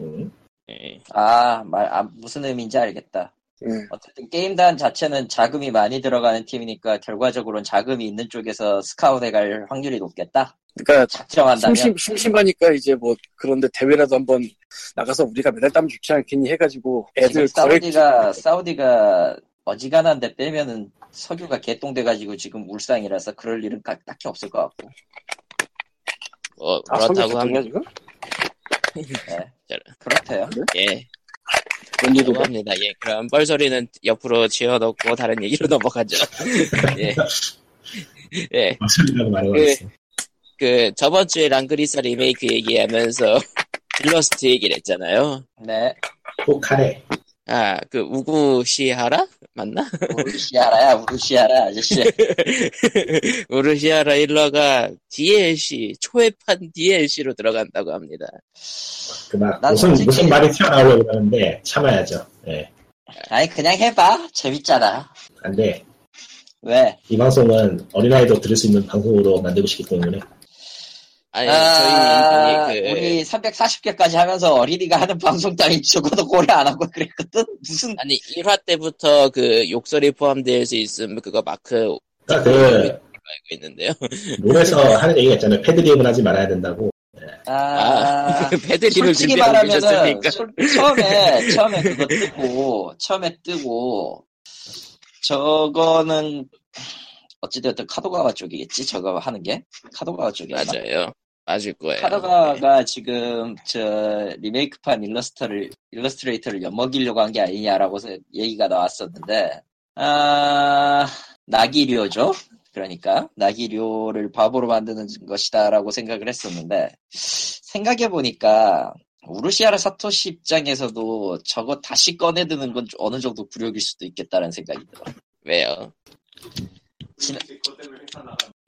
Speaker 4: 음.
Speaker 1: 예.
Speaker 2: 아, 말, 아, 무슨 의미인지 알겠다.
Speaker 3: 예.
Speaker 2: 어쨌든 게임단 자체는 자금이 많이 들어가는 팀이니까 결과적으로는 자금이 있는 쪽에서 스카웃에 갈 확률이 높겠다.
Speaker 3: 그러니까
Speaker 2: 작정한다면.
Speaker 3: 심심, 심심하니까 이제 뭐 그런데 대회라도 한번 나가서 우리가 메달 따면 좋지 않겠니 해가지고
Speaker 2: 지금
Speaker 3: 애들 거래
Speaker 2: 사우디가 사우디가 어지간한데 빼면은 석유가 개똥돼가지고 지금 울상이라서 그럴 일은 가- 딱히 없을 것 같고
Speaker 1: 뭐
Speaker 3: 아,
Speaker 1: 그렇다고
Speaker 3: 성격이야
Speaker 1: 합니다.
Speaker 3: 지금?
Speaker 1: 예.
Speaker 2: 그렇대요.
Speaker 3: 뭔 일이야?
Speaker 1: 그렇다고 합니다. 예. 그럼 뻘소리는 옆으로 지어넣고 다른 얘기로 [LAUGHS] 넘어가죠. 예. 예.
Speaker 4: 박수리라고 말하고 있어.
Speaker 1: 그 저번 주에 랑그리사 리메이크 얘기하면서 [LAUGHS] 빌러스트 얘기를 했잖아요.
Speaker 2: 네,
Speaker 4: 꼭 카레.
Speaker 1: 아, 그 우구시하라 맞나? [LAUGHS]
Speaker 2: 우르시아라야 우르시아라 아저씨.
Speaker 1: 우르시하라 일러가 DLC 초회판 DLC로 들어간다고 합니다.
Speaker 4: 그만
Speaker 2: 난
Speaker 4: 무슨
Speaker 2: 솔직히-
Speaker 4: 무슨 말이 튀어나오려고 그러는데 참아야죠. 예.
Speaker 2: 아니 그냥 해봐 재밌잖아.
Speaker 4: 안돼.
Speaker 2: 왜?
Speaker 4: 이 방송은 어린아이도 들을 수 있는 방송으로 만들고 싶기 때문에
Speaker 1: 아니
Speaker 2: 아,
Speaker 1: 네, 저희 그
Speaker 2: 우리 340개까지 하면서 어린이가 하는 방송 따위 적어도 고려 안 하고 그랬거든. 무슨
Speaker 1: 아니 1화 때부터 그 욕설이 포함될 수 있음 그거 마크 알고
Speaker 4: 그러니까 그
Speaker 1: 있는데요.
Speaker 4: 롤에서 하는 얘기가 있잖아요. 패드립은 하지 말아야 된다고.
Speaker 1: [LAUGHS]
Speaker 2: 아,
Speaker 1: 아, 패드립을
Speaker 2: 솔직히
Speaker 1: 준비하고
Speaker 2: 말하면은
Speaker 1: 계셨습니까?
Speaker 2: 솔- 처음에 처음에 그거 뜨고 처음에 뜨고 저거는 어찌되었든 카도가와 쪽이겠지 저거 하는 게 카도가와 쪽이
Speaker 1: 맞아요. 맞을 거예요.
Speaker 2: 카도가가 지금 저 리메이크판 일러스트를 일러스트레이터를 엿먹이려고 한 게 아니냐라고 서- 얘기가 나왔었는데 아 나기료죠 그러니까 나기료를 바보로 만드는 것이다라고 생각을 했었는데 생각해 보니까 우르시아라 사토시 입장에서도 저거 다시 꺼내드는 건 어느 정도 굴욕일 수도 있겠다는 생각이 들어.
Speaker 1: 왜요?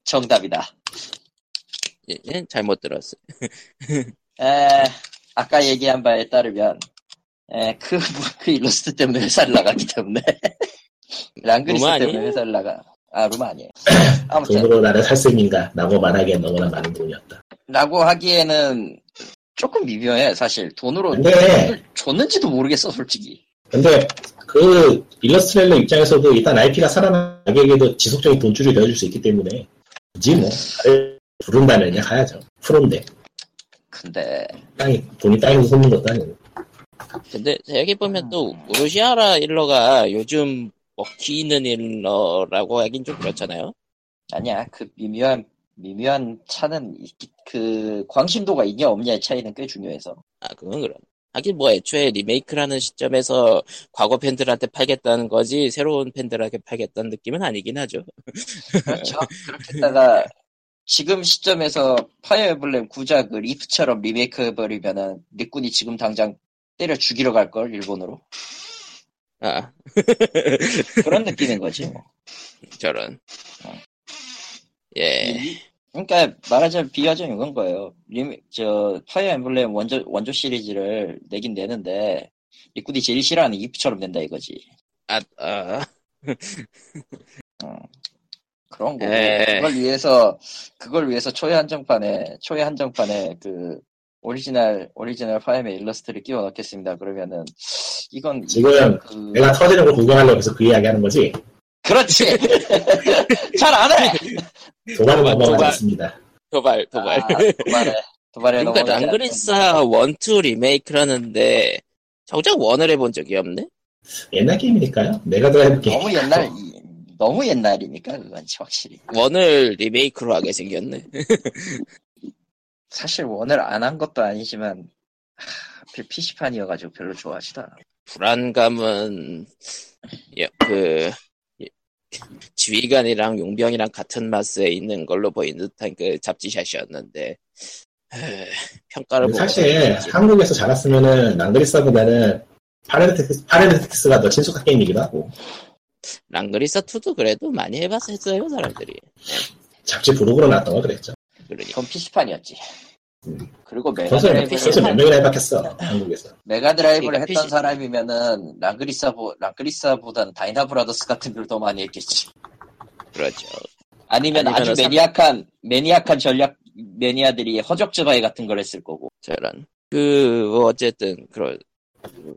Speaker 2: 정답이다.
Speaker 1: 예, 예? 잘못 들었어요.
Speaker 2: 에, 아까 얘기한 바에 따르면 에, 그, [LAUGHS] 뭐, 그 일러스트 때문에 회사를 나가기 때문에 [LAUGHS] 랑그리스
Speaker 1: 루마
Speaker 2: 때문에
Speaker 1: 아니에요?
Speaker 2: 회사를 나가 아 루마
Speaker 1: [COUGHS]
Speaker 2: 아니에요 아무튼
Speaker 4: 돈으로 그 나를 살 셈인가 라고 말하기엔 너무나 많은 돈이었다.
Speaker 2: 라고 하기에는 조금 미묘해 사실 돈으로
Speaker 4: 근데
Speaker 2: 돈을 줬는지도 모르겠어 솔직히
Speaker 4: 근데 그 일러스트레일러 입장에서도 일단 IP가 살아나게도 지속적인 돈줄이 되어줄 수 있기 때문에 굳이 뭐 나를 부른다면 그냥 가야죠. 프로인데
Speaker 2: 근데
Speaker 4: 땅이 돈이 땅에서 솟는 것도 아니고
Speaker 1: 근데 생각해보면
Speaker 2: 음.
Speaker 1: 또 우르시아라 일러가 요즘 먹히는 일러라고 하긴 좀 그렇잖아요.
Speaker 2: 아니야 그 미묘한 미묘한 차는 있기- 그 광심도가 있냐 없냐의 차이는 꽤 중요해서
Speaker 1: 아 그건 그런. 하긴 뭐 애초에 리메이크라는 시점에서 과거 팬들한테 팔겠다는 거지 새로운 팬들한테 팔겠다는 느낌은 아니긴 하죠.
Speaker 2: 그렇죠. 그렇게 했다가 지금 시점에서 파이어 에블렘 구작을 리프처럼 리메이크 해버리면은 니꾼이 지금 당장 때려 죽이러 갈 걸 일본으로
Speaker 1: 아
Speaker 2: 그런 느낌인 거지 뭐.
Speaker 1: 저런. 어. 예.
Speaker 2: 그러니까 말하자면 비하자면 이건 거예요. 리메, 저 파이어 엠블렘 원조 원조 시리즈를 내긴 내는데 니꾼이 제일 싫어하는 리프처럼 낸다 이거지.
Speaker 1: 아, 아.
Speaker 2: 그런 거고
Speaker 1: 예.
Speaker 2: 그걸 위해서 그걸 위해서 초회 한정판에 초회 한정판에 그 오리지널 오리지널 파임에 일러스트를 끼워 넣겠습니다. 그러면은 이건
Speaker 4: 지금
Speaker 2: 그,
Speaker 4: 내가 터지는 걸 구경하려고 해서 그 이야기 하는 거지
Speaker 2: 그렇지 [LAUGHS] 잘 안 해.
Speaker 4: 도발은
Speaker 1: 도발,
Speaker 4: 넘어가지
Speaker 1: 도발.
Speaker 4: 않습니다.
Speaker 1: 도발 도발.
Speaker 2: 아, 도발해 도발해
Speaker 1: [LAUGHS] 그러니까
Speaker 2: 넘어가자.
Speaker 1: 랑그리사 원투 리메이크라는데 정작 원을 해본 적이 없네.
Speaker 4: 옛날 게임이니까요. 내가 드라이브 게임.
Speaker 2: 너무 옛날 이- 너무 옛날이니까 그건 확실히.
Speaker 1: 원을 리메이크로 하게 생겼네.
Speaker 2: 사실 원을 안 한 것도 아니지만 하, 하필 PC판이어가지고 별로 좋아하지도 않아.
Speaker 1: 불안감은 예, 그 예, 지휘관이랑 용병이랑 같은 맛에 있는 걸로 보인 듯한 그 잡지샷이었는데 에, 평가를 보고
Speaker 2: 뭐
Speaker 4: 사실
Speaker 1: 어떻게 될지.
Speaker 4: 한국에서 자랐으면은 랑그리스보다는 파레드텍스, 파레드텍스가 더 친숙한 게임이기도 하고
Speaker 1: 랑그리사 2도 그래도 많이 해봤어요 사람들이 그러니까
Speaker 4: 잡지 부록으로 나왔던 걸 그랬죠.
Speaker 1: 그러니
Speaker 2: 그건 PC판이었지.
Speaker 4: 음.
Speaker 2: 그리고
Speaker 4: 벌써
Speaker 2: 메가드라이브를
Speaker 4: 벌써 몇
Speaker 2: 했던,
Speaker 4: 명이나 해봤겠어 한국에서.
Speaker 2: 메가드라이브를
Speaker 1: 그러니까
Speaker 2: 했던
Speaker 1: PC.
Speaker 2: 사람이면은 랑그리사보 랑그리사보단 다이나브라더스 같은 걸 더 많이 했겠지.
Speaker 1: 그렇죠
Speaker 2: 아니면 아주
Speaker 1: 아니면은 삼-
Speaker 2: 매니악한 매니악한 전략 매니아들이 허적지바이 같은 걸 했을 거고.
Speaker 1: 저런 그뭐 어쨌든 그런 그,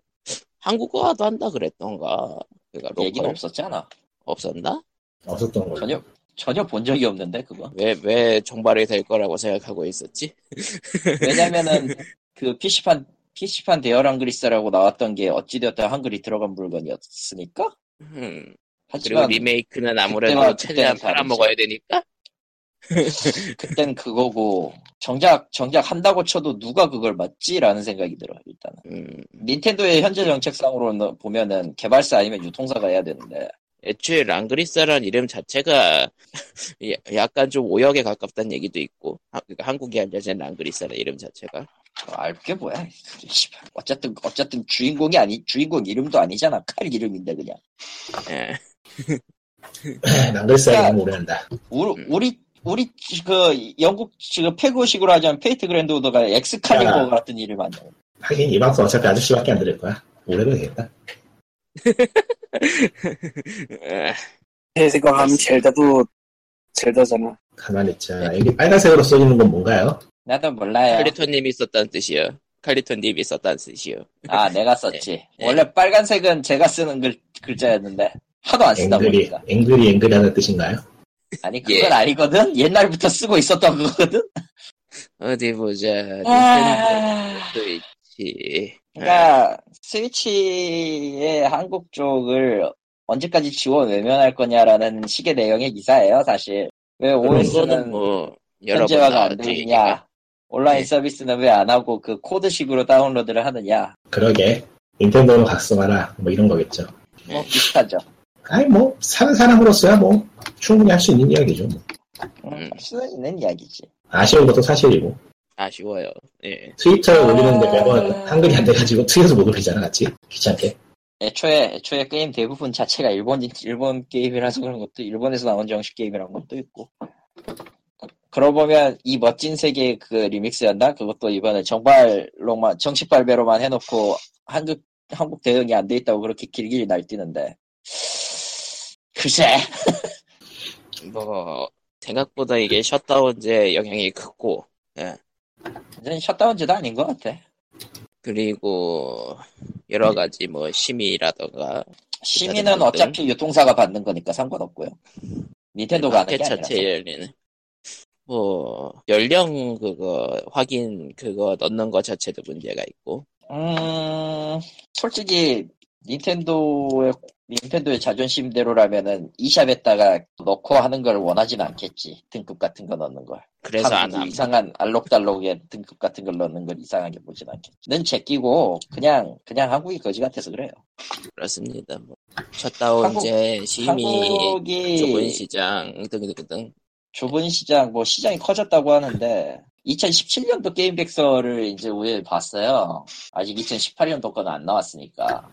Speaker 1: 한국어도 한다 그랬던가 그러니까 로컬
Speaker 2: 얘기는 없었잖아.
Speaker 1: 없었나
Speaker 4: 없었던 걸로. [LAUGHS]
Speaker 2: 전혀 전혀 본 적이 없는데
Speaker 1: [LAUGHS]
Speaker 2: 그거.
Speaker 1: 왜 왜 정발이 될 거라고 생각하고 있었지
Speaker 2: 왜냐면은 그 PC판 PC판 대열 한그리스라고 나왔던 게 어찌되었든 한글이 들어간 물건이었으니까.
Speaker 1: 음. 그리고
Speaker 2: 하지만
Speaker 1: 리메이크는 아무래도
Speaker 2: 그때와
Speaker 1: 최대한
Speaker 2: 그때는
Speaker 1: 팔아먹어야 되니까
Speaker 2: 그땐 그거고 정작 정작 한다고 쳐도 누가 그걸 맞지라는 생각이 들어 일단은.
Speaker 1: 음,
Speaker 2: 닌텐도의 현재 정책상으로 보면은 개발사 아니면 유통사가 해야 되는데
Speaker 1: 애초에 랑그리사란 이름 자체가 [LAUGHS] 야- 약간 좀 오역에 가깝다는 얘기도 있고 하- 그러니까 한국이 알려진 랑그리사란 이름 자체가
Speaker 2: 어, 알게 뭐야 그게 씨발. 어쨌든 어쨌든 주인공이 아니 주인공 이름도 아니잖아 칼 이름인데 그냥
Speaker 1: 예.
Speaker 4: 랑그리스가
Speaker 2: 그러니까-
Speaker 4: 너무 오래한다.
Speaker 2: 우리 우리 우리 그 영국 지금 페고식으로 하자면 페이트 그랜드 오더가 엑스칼리버
Speaker 4: 야.
Speaker 2: 같은 일을 만든
Speaker 4: 하긴 이 방송 어차피 아저씨밖에 안 들을 거야. 오래도 되겠다.
Speaker 2: 네.
Speaker 1: 에,
Speaker 3: 제 생각하면 젤다도 젤다잖아.
Speaker 4: 가만히 있자.
Speaker 2: 네.
Speaker 4: 이게 빨간색으로 써있는 건 뭔가요?
Speaker 2: 나도 몰라요
Speaker 1: 칼리토님이 썼다는 뜻이요 칼리토님이 썼다는 뜻이요
Speaker 2: 아 내가 썼지 원래 빨간색은 제가 쓰는 글, 글자였는데 하도 안 쓰다
Speaker 4: 앵그리,
Speaker 2: 보니까
Speaker 4: 앵그리, 앵그리라는 뜻인가요?
Speaker 2: 아니
Speaker 1: 예.
Speaker 2: 그건 아니거든 옛날부터 쓰고 있었던 거거든
Speaker 1: 어디 보자
Speaker 2: 아.
Speaker 1: 닌텐도 스위치 예.
Speaker 2: 그러니까 스위치의 한국 쪽을 언제까지 지원 외면할 거냐라는 식의 내용의 기사예요, 사실. 왜
Speaker 1: 그거는
Speaker 2: OS는
Speaker 1: 뭐 여러 번
Speaker 2: 현재화가 안
Speaker 1: 나왔지
Speaker 2: 되느냐, 온라인
Speaker 1: 네.
Speaker 2: 서비스는 왜 안 하고 그 코드식으로 다운로드를 하느냐,
Speaker 4: 그러게. 닌텐도로 각성하라. 뭐 이런 거겠죠.
Speaker 2: 뭐
Speaker 1: 네.
Speaker 2: 비슷하죠.
Speaker 4: 아니, 뭐, 사는 사람으로서야 뭐, 충분히 할 수 있는 이야기죠. 뭐.
Speaker 1: 음.
Speaker 2: 음. 할 수는 있는 이야기지.
Speaker 4: 아쉬운 것도 사실이고.
Speaker 1: 아쉬워요 예.
Speaker 4: 트위터에
Speaker 2: 아.
Speaker 4: 올리는데 매번 한글이 안 돼가지고 트위터에서 못 올리잖아, 같이. 귀찮게.
Speaker 2: 애초에, 애초에 게임 대부분 자체가 일본, 일본 게임이라서 그런 것도, 일본에서 나온 정식 게임이란 것도 있고. 그러고 보면, 이 멋진 세계의 그 리믹스였나? 그것도 이번에 정발로만, 정식 발매로만 해놓고, 한국, 한국 대응이 안 돼 있다고 그렇게 길길이 날뛰는데. 글쎄,
Speaker 1: 뭐 생각보다 이게 셧다운제 영향이 크고
Speaker 2: 완전 셧다운제도 아닌 것 같아.
Speaker 1: 그리고
Speaker 2: 네.
Speaker 1: 여러 가지 뭐 심의라던가
Speaker 2: 시민은 어차피 유통사가 받는 거니까 상관없고요. 닌텐도가 하는
Speaker 1: 마켓
Speaker 2: 게 아니라서.
Speaker 1: 자체에 뭐 열리는 뭐 연령 그거 확인 그거 넣는 것 자체도 문제가 있고
Speaker 2: 음, 솔직히 닌텐도의 닌텐도의 자존심대로라면은 이샵에다가 넣고 하는 걸 원하진 않겠지. 등급 같은 거 넣는 걸.
Speaker 1: 그래서 안
Speaker 2: 한국이
Speaker 1: 함.
Speaker 2: 이상한 알록달록의 등급 같은 걸 넣는 걸 이상하게 보진 않겠지. 는 제끼고 그냥 그냥 한국이 거지 같아서 그래요.
Speaker 1: 그렇습니다. 뭐 셧다운제 심의 좁은
Speaker 2: 한국이
Speaker 1: 시장 등등등
Speaker 2: 좁은 시장 뭐 시장이 커졌다고 하는데 2017년도 게임 백서를 이제 우리 봤어요. 아직 2018년도 거는 안 나왔으니까.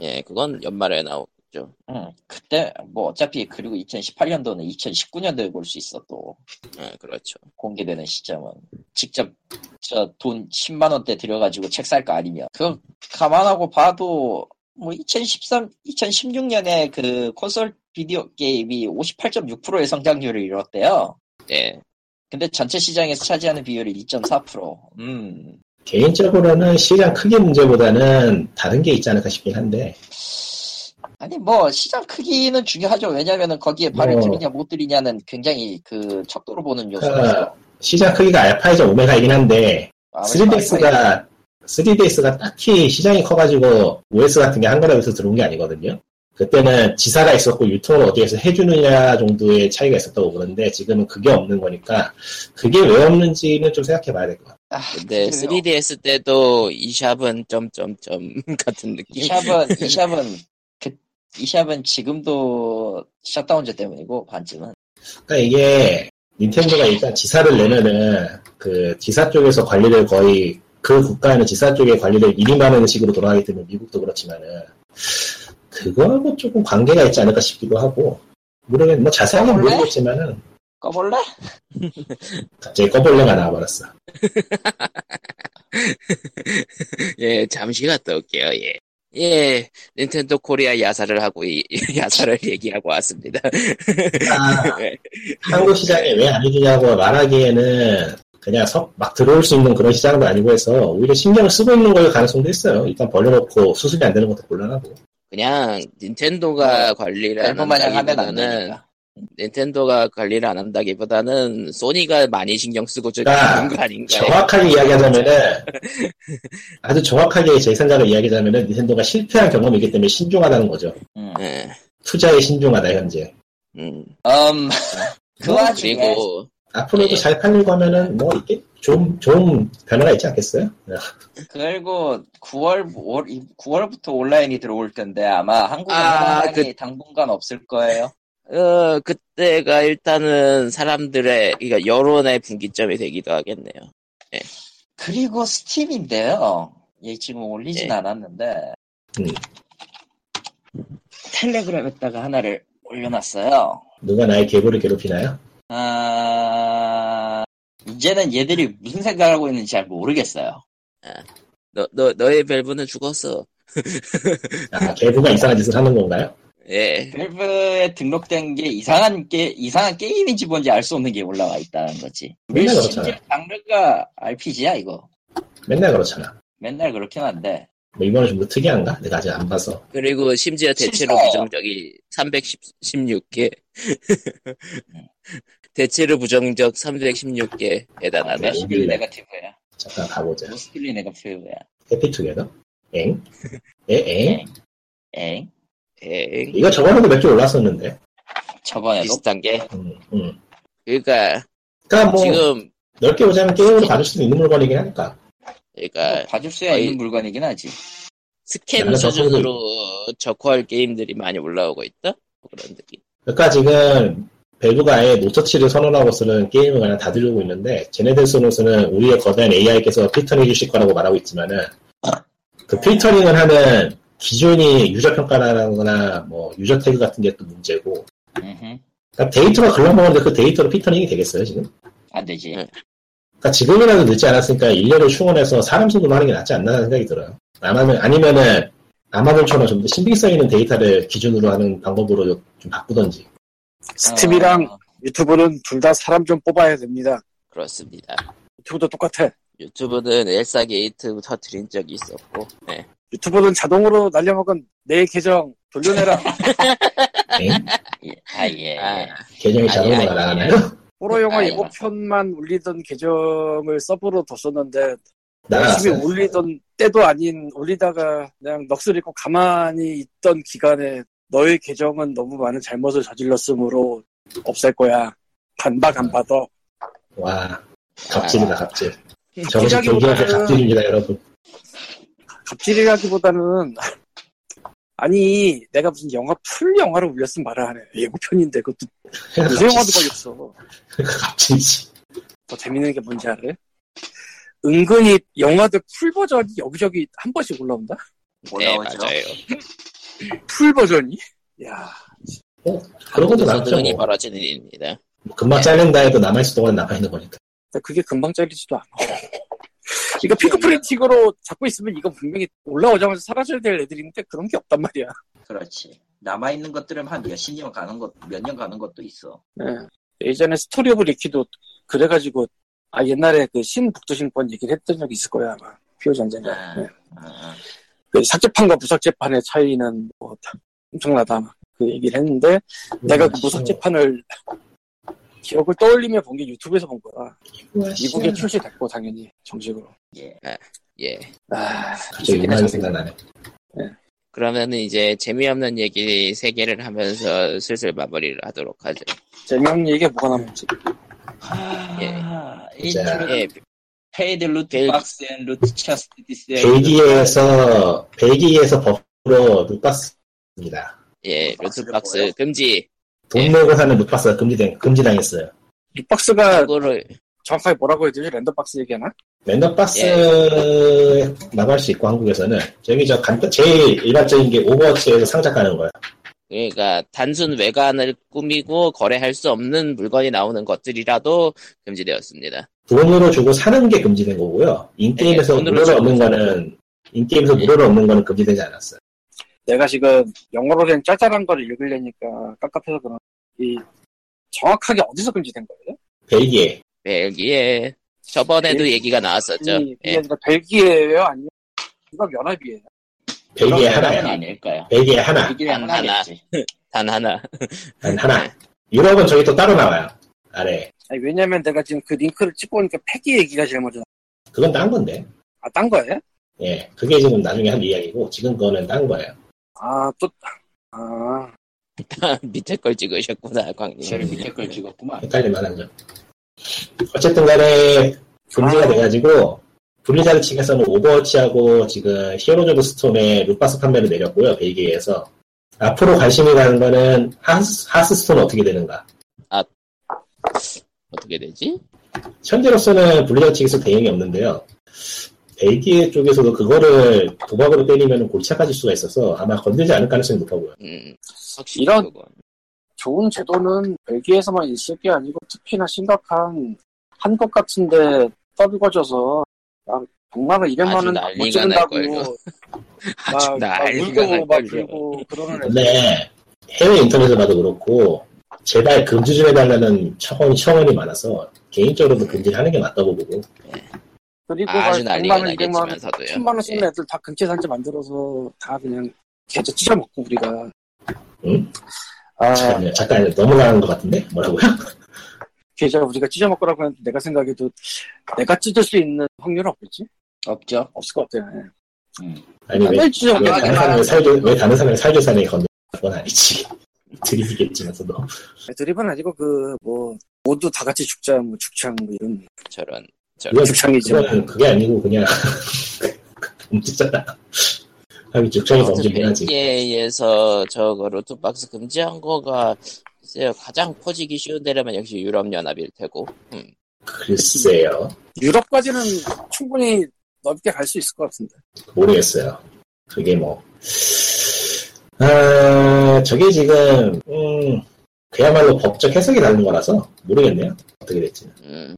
Speaker 1: 예 그건 연말에 나오겠죠.
Speaker 2: 응, 그때, 뭐, 어차피, 그리고 2018년도는 2019년도에 볼 수 있어, 또.
Speaker 1: 예, 그렇죠.
Speaker 2: 공개되는 시점은. 직접, 저, 돈 10만원대 들여가지고 책 살 거 아니면. 그거, 감안하고 봐도, 뭐, 2013, 2016년에 그 콘솔 비디오 게임이 58.6%의 성장률을 이뤘대요.
Speaker 1: 예
Speaker 2: 근데 전체 시장에서 차지하는 비율이 2.4%. 음.
Speaker 4: 개인적으로는 시장 크기 문제보다는 다른 게 있지 않을까 싶긴 한데,
Speaker 2: 아니, 뭐, 시장 크기는 중요하죠. 왜냐면은 거기에 발을
Speaker 4: 뭐.
Speaker 2: 들이냐, 못 들이냐는 굉장히 그, 척도로 보는 요소라서.
Speaker 4: 그러니까 시장 크기가 알파이자 오메가이긴 한데,
Speaker 2: 아무래도
Speaker 4: 3DS가 3DS가 딱히 시장이 커가지고 OS 같은 게 한글화돼서 들어온 게 아니거든요. 그때는 지사가 있었고 유통을 어디에서 해주느냐 정도의 차이가 있었다고 보는데 지금은 그게 없는 거니까 그게 왜 없는지는 좀 생각해 봐야 될 것 같아요.
Speaker 2: 아,
Speaker 1: 근데 3DS 때도 이 샵은 점점점 [LAUGHS] 같은 느낌.
Speaker 2: 이샵은
Speaker 1: [LAUGHS]
Speaker 2: 이샵은 그 이샵은 지금도 셧다운제 때문이고 반쯤은
Speaker 4: 그러니까 이게 닌텐도가 일단 지사를 내면은 그 지사 쪽에서 관리를 거의 그 국가에는 지사 쪽에 관리를 이임하는 식으로 돌아가기 때문에 미국도 그렇지만은 그거하고 조금 관계가 있지 않을까 싶기도 하고 모르겠 뭐 자세한 건
Speaker 2: 원래?
Speaker 4: 모르겠지만은
Speaker 2: 꺼볼래?
Speaker 4: 갑자기 꺼벌레가 나와버렸어.
Speaker 1: 예, 잠시 갔다 올게요. 예. 예, 닌텐도 코리아 야사를 하고 이, [LAUGHS]
Speaker 2: [LAUGHS]
Speaker 1: 야사를 얘기하고 왔습니다.
Speaker 4: 아,
Speaker 1: 네.
Speaker 4: 한국 시장에 왜 안 해주냐고 말하기에는 그냥 석- 막 들어올 수 있는 그런 시장도 아니고 해서 오히려 신경을 쓰고 있는 걸 가능성도 있어요. 일단 벌려놓고 수습이 안 되는 것도 곤란하고.
Speaker 1: 그냥 닌텐도가 관리를 안
Speaker 2: 앨범 마냥 하면 뭐, 안
Speaker 1: 한다기보다는
Speaker 2: 되니까
Speaker 1: 닌텐도가 관리를 안 한다기보다는 소니가 많이 신경 쓰고 저기
Speaker 4: 아,
Speaker 1: 하는 거 아닌가.
Speaker 4: 정확하게 이야기하자면은 아주 정확하게 제 생각을 이야기하자면은 닌텐도가 실패한 경험이기 때문에 신중하다는 거죠.
Speaker 2: 음.
Speaker 1: 예.
Speaker 4: 투자에 신중하다 현재.
Speaker 1: 음.
Speaker 2: 음, 그 와중에
Speaker 1: 그리고
Speaker 4: 앞으로도
Speaker 1: 예.
Speaker 4: 잘 팔리고 하면은 뭐 이게 좀, 좀 변화가 있지 않겠어요? 아,
Speaker 2: 그리고 9월 9월부터 온라인이 들어올 텐데 아마 한국은
Speaker 1: 아,
Speaker 2: 아, 그... 당분간 없을 거예요.
Speaker 1: 어, 그때가 일단은 사람들의, 그러니까 여론의 분기점이 되기도 하겠네요.
Speaker 2: 그리고 스팀인데요. 얘 지금 올리진
Speaker 1: 예.
Speaker 2: 않았는데
Speaker 4: 음.
Speaker 1: 네.
Speaker 2: 텔레그램에다가 하나를 올려놨어요.
Speaker 4: 누가 나의 계보를 괴롭히나요?
Speaker 2: 아, 이제는 얘들이 무슨 생각을 하고 있는지 잘 모르겠어요.
Speaker 1: 너, 너, 너의 밸브는 죽었어.
Speaker 4: 아, 계보가 이상한 짓을 하는 건가요?
Speaker 1: 예.
Speaker 2: 밸브에 등록된 게 이상한 게 이상한 게임인지 뭔지 알 수 없는 게 올라와 있다는 거지.
Speaker 4: 맨날
Speaker 2: 심지어
Speaker 4: 그렇잖아.
Speaker 2: 장르가 RPG야 이거.
Speaker 4: 맨날 그렇잖아.
Speaker 2: 맨날 그렇긴 한데
Speaker 4: 뭐 이번에 좀 더 특이한가? 내가 아직 안 봐서.
Speaker 1: 그리고 심지어 대체로
Speaker 2: 실사예요.
Speaker 1: 부정적이 316개. [LAUGHS] 대체로 부정적 316개. 대단하다.
Speaker 4: 네.
Speaker 2: 메시빌 네가티브야.
Speaker 4: 잠깐 가보자.
Speaker 2: 모스필리 네가티브야.
Speaker 4: 해피투게더? 엥? 에, 엥?
Speaker 2: 엥?
Speaker 1: 예.
Speaker 4: 이거 저번에도 몇 개 올랐었는데.
Speaker 2: 저번에도
Speaker 1: 비슷한 게.
Speaker 4: 음, 음.
Speaker 1: 그러니까,
Speaker 4: 그러니까 뭐,
Speaker 1: 지금,
Speaker 4: 넓게 보자면 게임으로 봐줄 수도 있는 물건이긴 하니까.
Speaker 1: 그러니까,
Speaker 2: 봐줄 수야
Speaker 1: 거의-
Speaker 2: 있는 물건이긴 하지.
Speaker 1: 스캔
Speaker 4: 나는
Speaker 1: 수준으로 적화할 게임들이 많이 올라오고 있다? 그런 느낌.
Speaker 4: 그러니까 지금, 밸브가 아예 노터치를 선언하고 쓰는 게임을 그냥 다 들고 있는데, 쟤네들 손에서는 우리의 거대한 AI께서 필터링 해주실 거라고 말하고 있지만은, 그 필터링을 하는 기준이 유저평가라거나, 뭐, 유저 태그 같은 게 또 문제고,
Speaker 2: 음흠.
Speaker 4: 그러니까 데이터가 글러먹었는데 그 데이터로 필터링이 되겠어요, 지금?
Speaker 2: 안 되지.
Speaker 1: 네.
Speaker 4: 그러니까 지금이라도 늦지 않았으니까 일년을 충원해서 사람 손으로 하는 게 낫지 않나 하는 생각이 들어요. 아마는 아니면은 아마존처럼 좀 더 신빙성 있는 데이터를 기준으로 하는 방법으로 좀 바꾸던지.
Speaker 3: 스팀이랑
Speaker 1: 아.
Speaker 2: 어,
Speaker 3: 유튜브는 둘 다 사람 좀 뽑아야 됩니다.
Speaker 1: 그렇습니다.
Speaker 3: 유튜브도 똑같아.
Speaker 1: 유튜브는 엘사 게이트 터트린 적이 있었고, 네.
Speaker 3: 유튜브는 자동으로 날려먹은 내 계정 돌려내라.
Speaker 4: 엥?
Speaker 2: 예. 아 예.
Speaker 1: 아,
Speaker 2: 예.
Speaker 4: 계정이
Speaker 1: 아니,
Speaker 4: 자동으로
Speaker 1: 아니,
Speaker 4: 날아가나요? [LAUGHS]
Speaker 3: 호러 영화
Speaker 2: 아, 예.
Speaker 3: 예고편만 올리던 계정을 서브로 뒀었는데
Speaker 4: 네,
Speaker 3: 열심히
Speaker 4: 날아갔어요.
Speaker 3: 올리던 때도 아닌 올리다가 그냥 넋을 잃고 가만히 있던 기간에 너의 계정은 너무 많은 잘못을 저질렀으므로 없앨 거야. 간다 안 받아.
Speaker 4: 와 갑질이다 갑질. 저것이 경기한테
Speaker 3: 갑질이라기보다는
Speaker 4: 갑질입니다 여러분.
Speaker 3: 갑질이라기보다는 [LAUGHS] 아니 내가 무슨 영화 풀 영화를 올렸으면 말을 안 해. 예고편인데 그것도
Speaker 4: [LAUGHS] 네,
Speaker 3: 요새 영화도
Speaker 4: 갑질.
Speaker 3: 걸렸어.
Speaker 4: 갑질이지.
Speaker 3: 더 재밌는 게 뭔지 알아요? 은근히 영화들 풀 버전이 여기저기 한 번씩 올라온다.
Speaker 1: 네,
Speaker 2: 올라오죠.
Speaker 1: 맞아요.
Speaker 3: 풀 버전이? 야
Speaker 4: 그런 것도
Speaker 1: 서등이
Speaker 4: 남죠. 뭐.
Speaker 1: 벌어지는 일입니다.
Speaker 4: 뭐 금방 잘린다 해도 남아있을 동안 남아있는 거니까.
Speaker 3: 근데 그게 금방 잘리지도 않아. 그러니까 피크프린팅으로 잡고 있으면 이건 분명히 올라오자마자 사라져야 될 애들인데 그런 게 없단 말이야.
Speaker 2: 그렇지. 남아 있는 것들은 한 몇십 년 가는 것, 몇 년 가는 것도 있어.
Speaker 3: 예전에 스토리 오브 리키도 그래가지고 아 옛날에 그 신북두신권 얘기를 했던 적이 있을 거야 아마 피오전쟁에
Speaker 2: 아, 아,
Speaker 3: 그 삭제판과 무삭제판의 차이는 뭐 다- 엄청나다 막그 얘기를 했는데 내가 그 무삭제판을 기억을 떠올리며 본 게 유튜브에서 본 거야
Speaker 4: 네.
Speaker 3: 미국에 출시됐고 당연히 정식으로
Speaker 2: 예.
Speaker 1: 예.
Speaker 3: 아,
Speaker 4: 갑자기
Speaker 3: 이
Speaker 4: 유명한
Speaker 3: 새끼네,
Speaker 4: 생각나네.
Speaker 1: 그러면은 이제 재미없는 얘기 세 개를 하면서 슬슬 마무리를 하도록 하죠.
Speaker 3: 재미없는 얘기가 뭐가 남지?
Speaker 2: 아,
Speaker 4: 자.
Speaker 2: 인트로
Speaker 1: 예,
Speaker 2: 페이드 루트
Speaker 1: 벨-
Speaker 2: 박스 앤 루트 차스트 디스
Speaker 4: 벨기에에서 벨기에에서 법으로 룩박스입니다.
Speaker 1: 예,
Speaker 3: 박스가
Speaker 1: 루트박스
Speaker 3: 뭐예요?
Speaker 1: 금지. 예.
Speaker 4: 돈 내고 사는 룩박스가 금지된 금지당했어요.
Speaker 3: 빅박스가
Speaker 1: 그거를
Speaker 3: 정확하게 뭐라고 해야 되지? 랜덤박스 얘기하나?
Speaker 1: 예.
Speaker 4: 랜덤박스에 나갈 수 있고 한국에서는 저기 저 간단 제일 일반적인 게 오버워치에서 상자 까는 거야.
Speaker 1: 그러니까 단순 외관을 꾸미고 거래할 수 없는 물건이 나오는 것들이라도 금지되었습니다.
Speaker 4: 돈으로 주고 사는 게 금지된 거고요. 인게임에서
Speaker 1: 네, 돈으로
Speaker 4: 무료로
Speaker 1: 주고
Speaker 4: 얻는
Speaker 1: 사는
Speaker 4: 거는 인게임에서
Speaker 1: 네.
Speaker 4: 무료로 얻는 거는 금지되지 않았어요.
Speaker 3: 내가 지금 영어로 된 짤짤한 걸 읽으려니까 깝깝해서 그런 이 정확하게 어디서 금지된 거예요?
Speaker 4: 벨기에
Speaker 1: 벨기에 네, 저번에도
Speaker 3: 벨-
Speaker 1: 얘기가 나왔었죠.
Speaker 3: 이-
Speaker 1: 예.
Speaker 3: 이게 아니라 벨기에예요? 아니면 유럽 연합이에요?
Speaker 4: 벨기에 하나야.
Speaker 2: 아닐까요?
Speaker 4: 벨기에 하나
Speaker 2: 이게
Speaker 1: 안
Speaker 2: 하나겠지.
Speaker 1: 단 하나. [LAUGHS]
Speaker 4: 단
Speaker 1: 예.
Speaker 4: 하나. 유럽은 저기 또 따로 나와요. 아래
Speaker 3: 아니, 왜냐면 내가 지금 그 링크를 찍고 오니까 패기 얘기가 제일 먼저 나.
Speaker 4: 그건 딴 건데.
Speaker 3: 아, 딴 거예요?
Speaker 4: 예, 그게 지금 나중에 한 이야기고 지금 거는 딴 거예요.
Speaker 3: 아, 또, 아,
Speaker 1: 밑에 걸 찍으셨구나, 광님.
Speaker 2: 저를 밑에 걸 찍었구만.
Speaker 4: 헷갈릴만 하죠. 어쨌든 간에 금지가
Speaker 3: 아.
Speaker 4: 돼가지고 블리자드 측에서는 오버워치하고 지금 히어로즈 오브 스톰의 루파스 판매를 내렸고요 벨기에에서 앞으로 관심이 가는 거는 하스, 하스스톤 어떻게 되는가
Speaker 1: 어떻게 되지?
Speaker 4: 현재로서는 블리자드 측에서 대응이 없는데요 벨기에 쪽에서도 그거를 도박으로 때리면 골치 아파질 수가 있어서 아마 건들지 않을 가능성이 높아 보여요
Speaker 1: 음, 확실히
Speaker 3: 이런-
Speaker 1: 그건.
Speaker 3: 좋은 제도는 벨기에에서만 있을 게 아니고 특히나 심각한 한국 같은데 떠들거져서 막 100만 원, 200만
Speaker 1: 아주
Speaker 3: 원못
Speaker 1: 난리가
Speaker 3: 찍는다고
Speaker 1: 날걸요. 아주
Speaker 3: 막, 막
Speaker 1: 난리가
Speaker 3: 울고 막
Speaker 1: 날걸요.
Speaker 3: 불고 그러는 애들.
Speaker 4: 근데 해외 인터넷을 봐도 그렇고 제발 금지 좀 해달라는 청원이, 청원이 많아서 개인적으로도 금지를 하는 게 맞다고 보고
Speaker 3: 그리고 막
Speaker 1: 아주
Speaker 3: 100만
Speaker 1: 난리가
Speaker 3: 원, 200만 원,
Speaker 1: 나겠지만서도요. 예,
Speaker 3: 10만 원 쓰는 애들 다 근처 산지 만들어서 다 그냥 개저 찢어먹고 우리가
Speaker 4: 응?
Speaker 3: 아
Speaker 4: 잠깐만요. 잠깐 넘어가는 것 같은데 뭐라고요?
Speaker 3: 계좌 우리가 찢어먹고라고 했는데 내가 생각해도 내가 찢을 수 있는 확률은 없겠지?
Speaker 2: 없죠.
Speaker 3: 없을 것 같아요.
Speaker 4: 아니 왜,
Speaker 3: 맨날
Speaker 4: 왜 다른
Speaker 3: 찢어먹기만
Speaker 4: 사람을 살게 왜 다른 사람을 살게 사는 건건 아니지 [LAUGHS] 드립이겠지만서도
Speaker 3: 드립은 아니고 그 뭐 모두 다 같이 죽자 뭐 죽창 뭐 이런
Speaker 1: 저런.
Speaker 4: 이건
Speaker 3: 죽창이지만
Speaker 4: 그건 그게 아니고 그냥 [LAUGHS] 움직잖아 하긴 죽창이 범죄긴
Speaker 1: 네.
Speaker 4: 하지
Speaker 1: 벨기에에서 저거 루트박스 금지한 거가 글쎄요, 가장 퍼지기 쉬운 데라면 역시 유럽연합일 테고. 음.
Speaker 4: 글쎄요
Speaker 3: 유럽까지는 충분히 넓게 갈 수 있을 것 같은데.
Speaker 4: 모르겠어요 그게 뭐 아, 저게 지금 음, 그야말로 법적 해석이 다른 거라서 모르겠네요 어떻게 될지 는
Speaker 1: 음.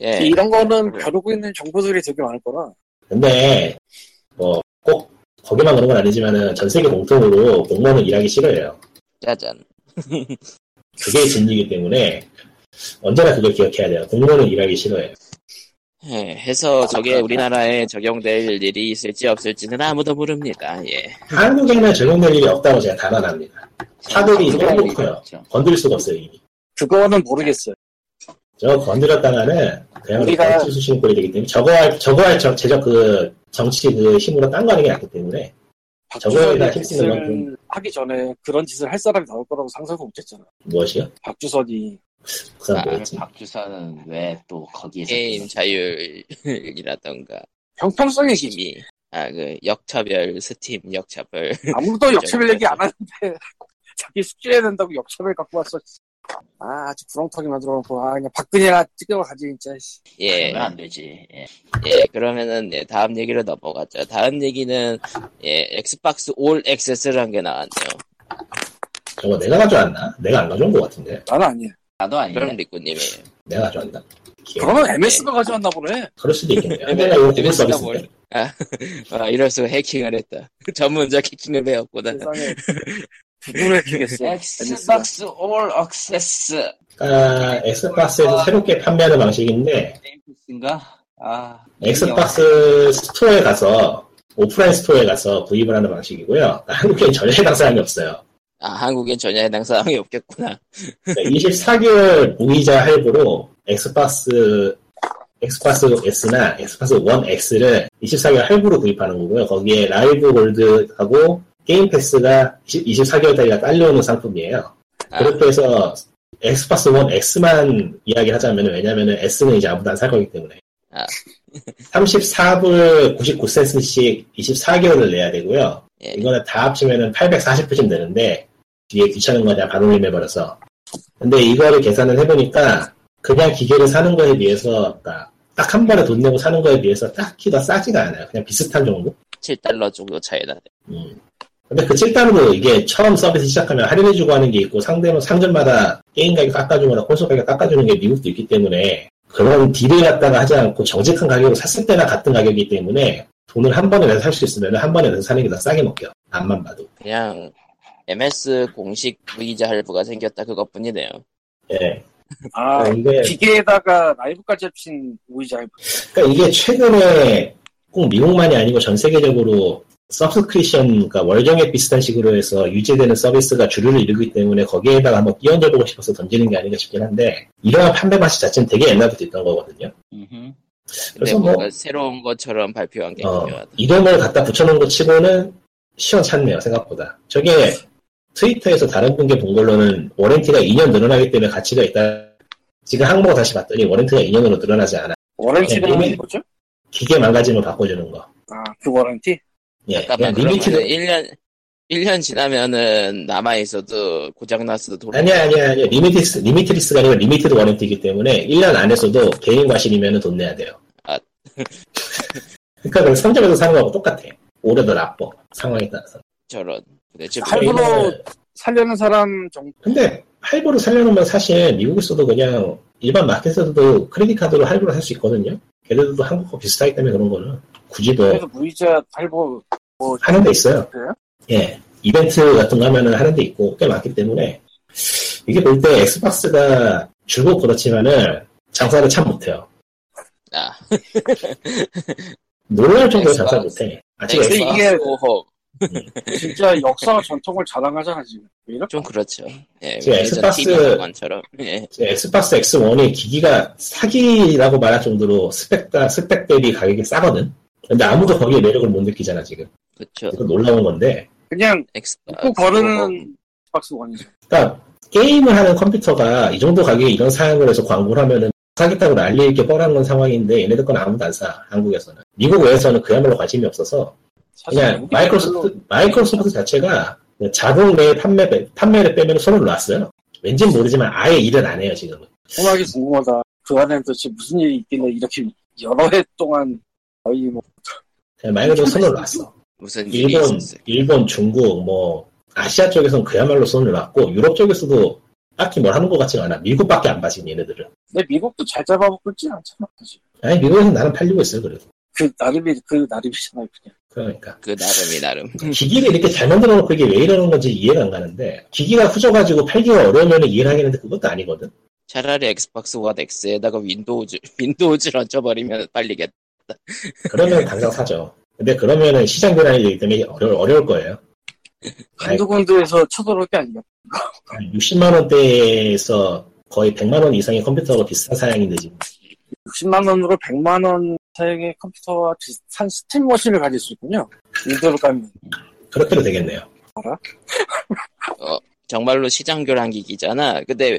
Speaker 1: 예.
Speaker 3: 이런 거는 벼르고 있는 정보들이 되게 많을 거라.
Speaker 4: 근데 뭐 꼭 거기만 그런 건 아니지만은 전 세계 공통으로 공무원은 일하기 싫어해요.
Speaker 1: 짜잔.
Speaker 4: 그게 진리이기 때문에 언제나 그걸 기억해야 돼요. 공무원은 일하기 싫어해요.
Speaker 1: 예, 해서 저게 우리나라에 적용될 일이 있을지 없을지는 아무도 모릅니다. 예.
Speaker 4: 한국에는 적용될 일이 없다고 제가 단언합니다. 사들이 너무 커요.
Speaker 2: 있죠.
Speaker 4: 건드릴 수가 없어요 이미.
Speaker 3: 그거는 모르겠어요.
Speaker 4: 저거 건드렸다가는 그냥
Speaker 3: 우리가-
Speaker 4: 우리가 수신 꼴이 되기 때문에 저거 할 저거 할 저- 제적 그 정치 그 힘으로 딴 거 하는 게 낫기 때문에
Speaker 3: 박주선이
Speaker 4: 저거에다 힘쓰는
Speaker 3: 짓을
Speaker 4: 만큼.
Speaker 3: 하기 전에 그런 짓을 할 사람이 나올 거라고 상상도 못했잖아.
Speaker 4: 무엇이요?
Speaker 3: 박주선이
Speaker 4: 그 사람
Speaker 1: 아,
Speaker 4: 뭐였지?
Speaker 2: 박주사는 왜 또 거기에서
Speaker 1: 게임 자율이라던가, [LAUGHS]
Speaker 3: 형평성 얘기지.
Speaker 1: 팀이, 아, 그, 역차별, 스팀 역차별. [LAUGHS]
Speaker 3: 아무도 역차별
Speaker 1: 그죠.
Speaker 3: 얘기 안 하는데 [LAUGHS] 자기 숙제해야 된다고 역차별 갖고 왔어. 아, 아주 구렁텅이 만들어 놓고, 아, 그냥 박근혜가 찍어가지, 진짜. 씨.
Speaker 1: 예.
Speaker 2: 그러면 안 되지. 예.
Speaker 1: 예, 그러면은 예, 다음 얘기로 넘어가죠. 다음 얘기는 예, 엑스박스 올 액세스라는 게 나왔네요.
Speaker 4: 저거 내가 가져왔나? 내가 안 가져온 것 같은데.
Speaker 3: 나는 아니야.
Speaker 2: 나도
Speaker 4: 네.
Speaker 1: 그럼
Speaker 2: 아닌데.
Speaker 1: 리꾸님이에요.
Speaker 4: 내가 가져왔나? 기억.
Speaker 3: 그러면
Speaker 1: 네.
Speaker 3: MS가 가져왔나 보네.
Speaker 4: 그럴 수도 있겠네요. 근데 내가 이거 공부 서비스인데.
Speaker 1: 아, [LAUGHS] 이럴 수가 해킹을 했다. [LAUGHS] 전문적 해킹을 배웠구나.
Speaker 3: [LAUGHS] 세상에. 누구를 키겠어.
Speaker 2: 엑스박스 올 액세스
Speaker 4: 아, 엑스박스에서 새롭게 판매하는 방식인데
Speaker 2: 게임 패스인가? 아
Speaker 4: 엑스박스 스토어에 가서 오프라인 스토어에 가서 구입을 하는 방식이고요. 한국에는 전혀 해당 사항이 없어요.
Speaker 1: 아, 한국엔 전혀 해당 사항이 없겠구나. [LAUGHS]
Speaker 4: 24개월 무이자 네, 할부로 엑스박스 엑스박스 S나 엑스박스 1X를 24개월 할부로 구입하는 거고요. 거기에 라이브 골드하고 게임 패스가 20, 24개월 달이라 딸려오는 상품이에요.
Speaker 1: 아.
Speaker 4: 그렇게 해서 엑스박스 원 X만 이야기하자면 왜냐면은 S는 이제 아무도 안 살 거기 때문에
Speaker 1: 아.
Speaker 4: 34불 99센트씩 24개월을 내야 되고요.
Speaker 1: 예.
Speaker 4: 이거는 다 합치면은 840불쯤 되는데 뒤에 귀찮은 거냐 반올림 해버려서 근데 이거를 계산을 해보니까 그냥 기계를 사는 거에 비해서 그러니까 딱 한 번에 돈 내고 사는 거에 비해서 딱히 더 싸지가 않아요. 그냥 비슷한 정도?
Speaker 1: 7달러 정도 차이나.
Speaker 4: 음. 근데 그 7단으로 이게 처음 서비스 시작하면 할인해주고 하는 게 있고 상대는 상점마다 게임 가격 깎아주거나 콘솔 가격 깎아주는 게 미국도 있기 때문에 그런 딜을 갖다가 하지 않고 정직한 가격으로 샀을 때나 같은 가격이기 때문에 돈을 한 번에 내서 살 수 있으면 한 번에 내서 사는 게 더 싸게 먹혀. 앞만 봐도.
Speaker 1: 그냥 MS 공식 무이자 할부가 생겼다 그것뿐이네요.
Speaker 4: 예.
Speaker 3: 아,
Speaker 4: 그러니까 이게,
Speaker 3: 기계에다가 라이브까지 합친 우이자 라이브.
Speaker 4: 그러니까 이게 최근에 꼭 미국만이 아니고 전 세계적으로 서브스크리션, 그러니까 월정액 비슷한 식으로 해서 유지되는 서비스가 주류를 이루기 때문에 거기에다가 한번 끼얹어보고 싶어서 던지는 게 아닌가 싶긴 한데, 이러한 판매 방식 자체는 되게 옛날부터 있던 거거든요.
Speaker 2: 음흠.
Speaker 1: 근데
Speaker 4: 그래서 뭐-
Speaker 1: 뭔가 새로운 것처럼 발표한 게
Speaker 4: 어,
Speaker 1: 예, 중요하다.
Speaker 4: 이름을 갖다 붙여놓은 것 치고는 시원찮네요, 생각보다. 저게 트위터에서 다른 분께 본 걸로는 워렌티가 2년 늘어나기 때문에 가치가 있다. 지금 항목을 다시 봤더니 워렌티가 2년으로 늘어나지 않아.
Speaker 3: 워런티가
Speaker 4: 네,
Speaker 3: 네,
Speaker 4: 이미-
Speaker 3: 뭐죠?
Speaker 4: 기계 망가짐을 바꿔주는 거.
Speaker 3: 아, 그 워런티?
Speaker 4: 예,
Speaker 1: 잠깐만
Speaker 4: 그냥
Speaker 1: 그러면
Speaker 4: 리미티드
Speaker 1: 1년 1년 지나면은 남아 있어도 고장 났어도 돌아.
Speaker 4: 아니야, 아니야, 아니야. 리미티스, 리미티리스가 아니라 리미티드 워런티이기 때문에 1년 안에서도 개인 과실이면 돈 내야 돼요. [LAUGHS]
Speaker 1: 아.
Speaker 4: 그러니까 그 상점에서 사는 거하고 똑같아. 오래 더 나빠. 상황에 따라서.
Speaker 1: 저런. 도대체
Speaker 3: 할부로-
Speaker 1: 뭐-
Speaker 4: 그러니까
Speaker 3: 살려는 사람 정도.
Speaker 4: 근데 할부로 살려놓으면 사실 미국에서도 그냥 일반 마켓에서도 크레딧 카드로 할부로 살 수 있거든요. 걔네들도 한국과 비슷하기 때문에 그런 거는 굳이 뭐
Speaker 3: 그래서 무이자 할부 뭐
Speaker 4: 하는 데 있어요.
Speaker 3: 그래요?
Speaker 4: 예. 이벤트 같은 거 하면은 하는 데 있고 꽤 많기 때문에 이게 볼 때 엑스박스가 줄곧 그렇지만은 장사를 참 못해요.
Speaker 1: 아,
Speaker 4: 놀랄 정도로
Speaker 1: 엑스박스.
Speaker 4: 장사 를 못해. 아, 지금
Speaker 1: 엑스
Speaker 4: 엑스-
Speaker 3: 이게-
Speaker 1: 호호.
Speaker 3: 진짜 역사와 전통을 자랑하잖아 지금. 왜 이렇게?
Speaker 1: 좀 그렇죠. 예,
Speaker 4: 지금
Speaker 1: 예전
Speaker 4: 엑스박스-
Speaker 1: TV 장관처럼. [LAUGHS] 예,
Speaker 4: 지금 엑스박스 X1이 기기가 사기라고 말할 정도로 스펙, 다- 스펙 대비 가격이 싸거든. 근데 아무도 거기에 매력을 못 느끼잖아 지금.
Speaker 1: 그렇죠.
Speaker 4: 그래서 놀라운 건데.
Speaker 3: 그냥
Speaker 1: 엑스박스.
Speaker 3: 입고
Speaker 1: 호호.
Speaker 3: 거르는 박스 원이죠.
Speaker 4: 그러니까 게임을 하는 컴퓨터가 이 정도 가격에 이런 사양을 해서 광고를 하면은 사겠다고 난리일 게 뻔한 건 상황인데 얘네들 건 아무도 안 사. 한국에서는. 미국 외에서는 그야말로 관심이 없어서 그냥 마이크로소프트 마이크로소프트 자체가 그냥 자국 내 판매 판매를 빼면 손을 놨어요. 왠지 모르지만 아예 일을 안 해요 지금은.
Speaker 3: 정말 궁금하다. 그 안에 도대체 무슨 일이 있길래 이렇게 여러 해 동안 거의 뭐
Speaker 4: 그냥 말 그대로 손을 놨어.
Speaker 1: 무슨 일이
Speaker 4: 일본,
Speaker 1: 있었어요?
Speaker 4: 일본, 중국, 뭐 아시아 쪽에서는 그야말로 손을 놨고 유럽 쪽에서도 딱히 뭘 하는 것 같지가 않아. 미국밖에 안 봐진 얘네들은.
Speaker 3: 근데 미국도 잘 잡아먹을지 않잖아. 사실.
Speaker 4: 아니 미국에서 나는 팔리고 있어요 그래도.
Speaker 3: 그 나름이 그 나름이잖아요 그냥.
Speaker 4: 그러니까.
Speaker 1: 그 나름이 나름.
Speaker 4: 기기를 이렇게 잘 만들어 놓고 이게 왜 이러는 건지 이해가 안 가는데 기기가 후져가지고 팔기가 어려우면 이해를 하겠는데 그것도 아니거든
Speaker 1: 차라리 엑스박스 원 X에다가 윈도우즈 [LAUGHS] 윈도우즈를 얹어버리면 빨리겠다.
Speaker 4: 그러면 당장 사죠 근데 그러면은 시장 변환이 되기 때문에 어려, 어려울 거예요
Speaker 3: 한두 군데에서 쳐들어올 게 아니야.
Speaker 4: 60만 원대에서 거의 100만 원 이상의 컴퓨터가 비싼 사양인데 지금
Speaker 3: 60만 원으로 100만 원 사용의 컴퓨터와 비슷한 스팀 머신을 가질 수 있군요. 윈도우 가면
Speaker 4: 그렇게도 되겠네요
Speaker 1: 정말로 시장 교란 기기잖아. 근데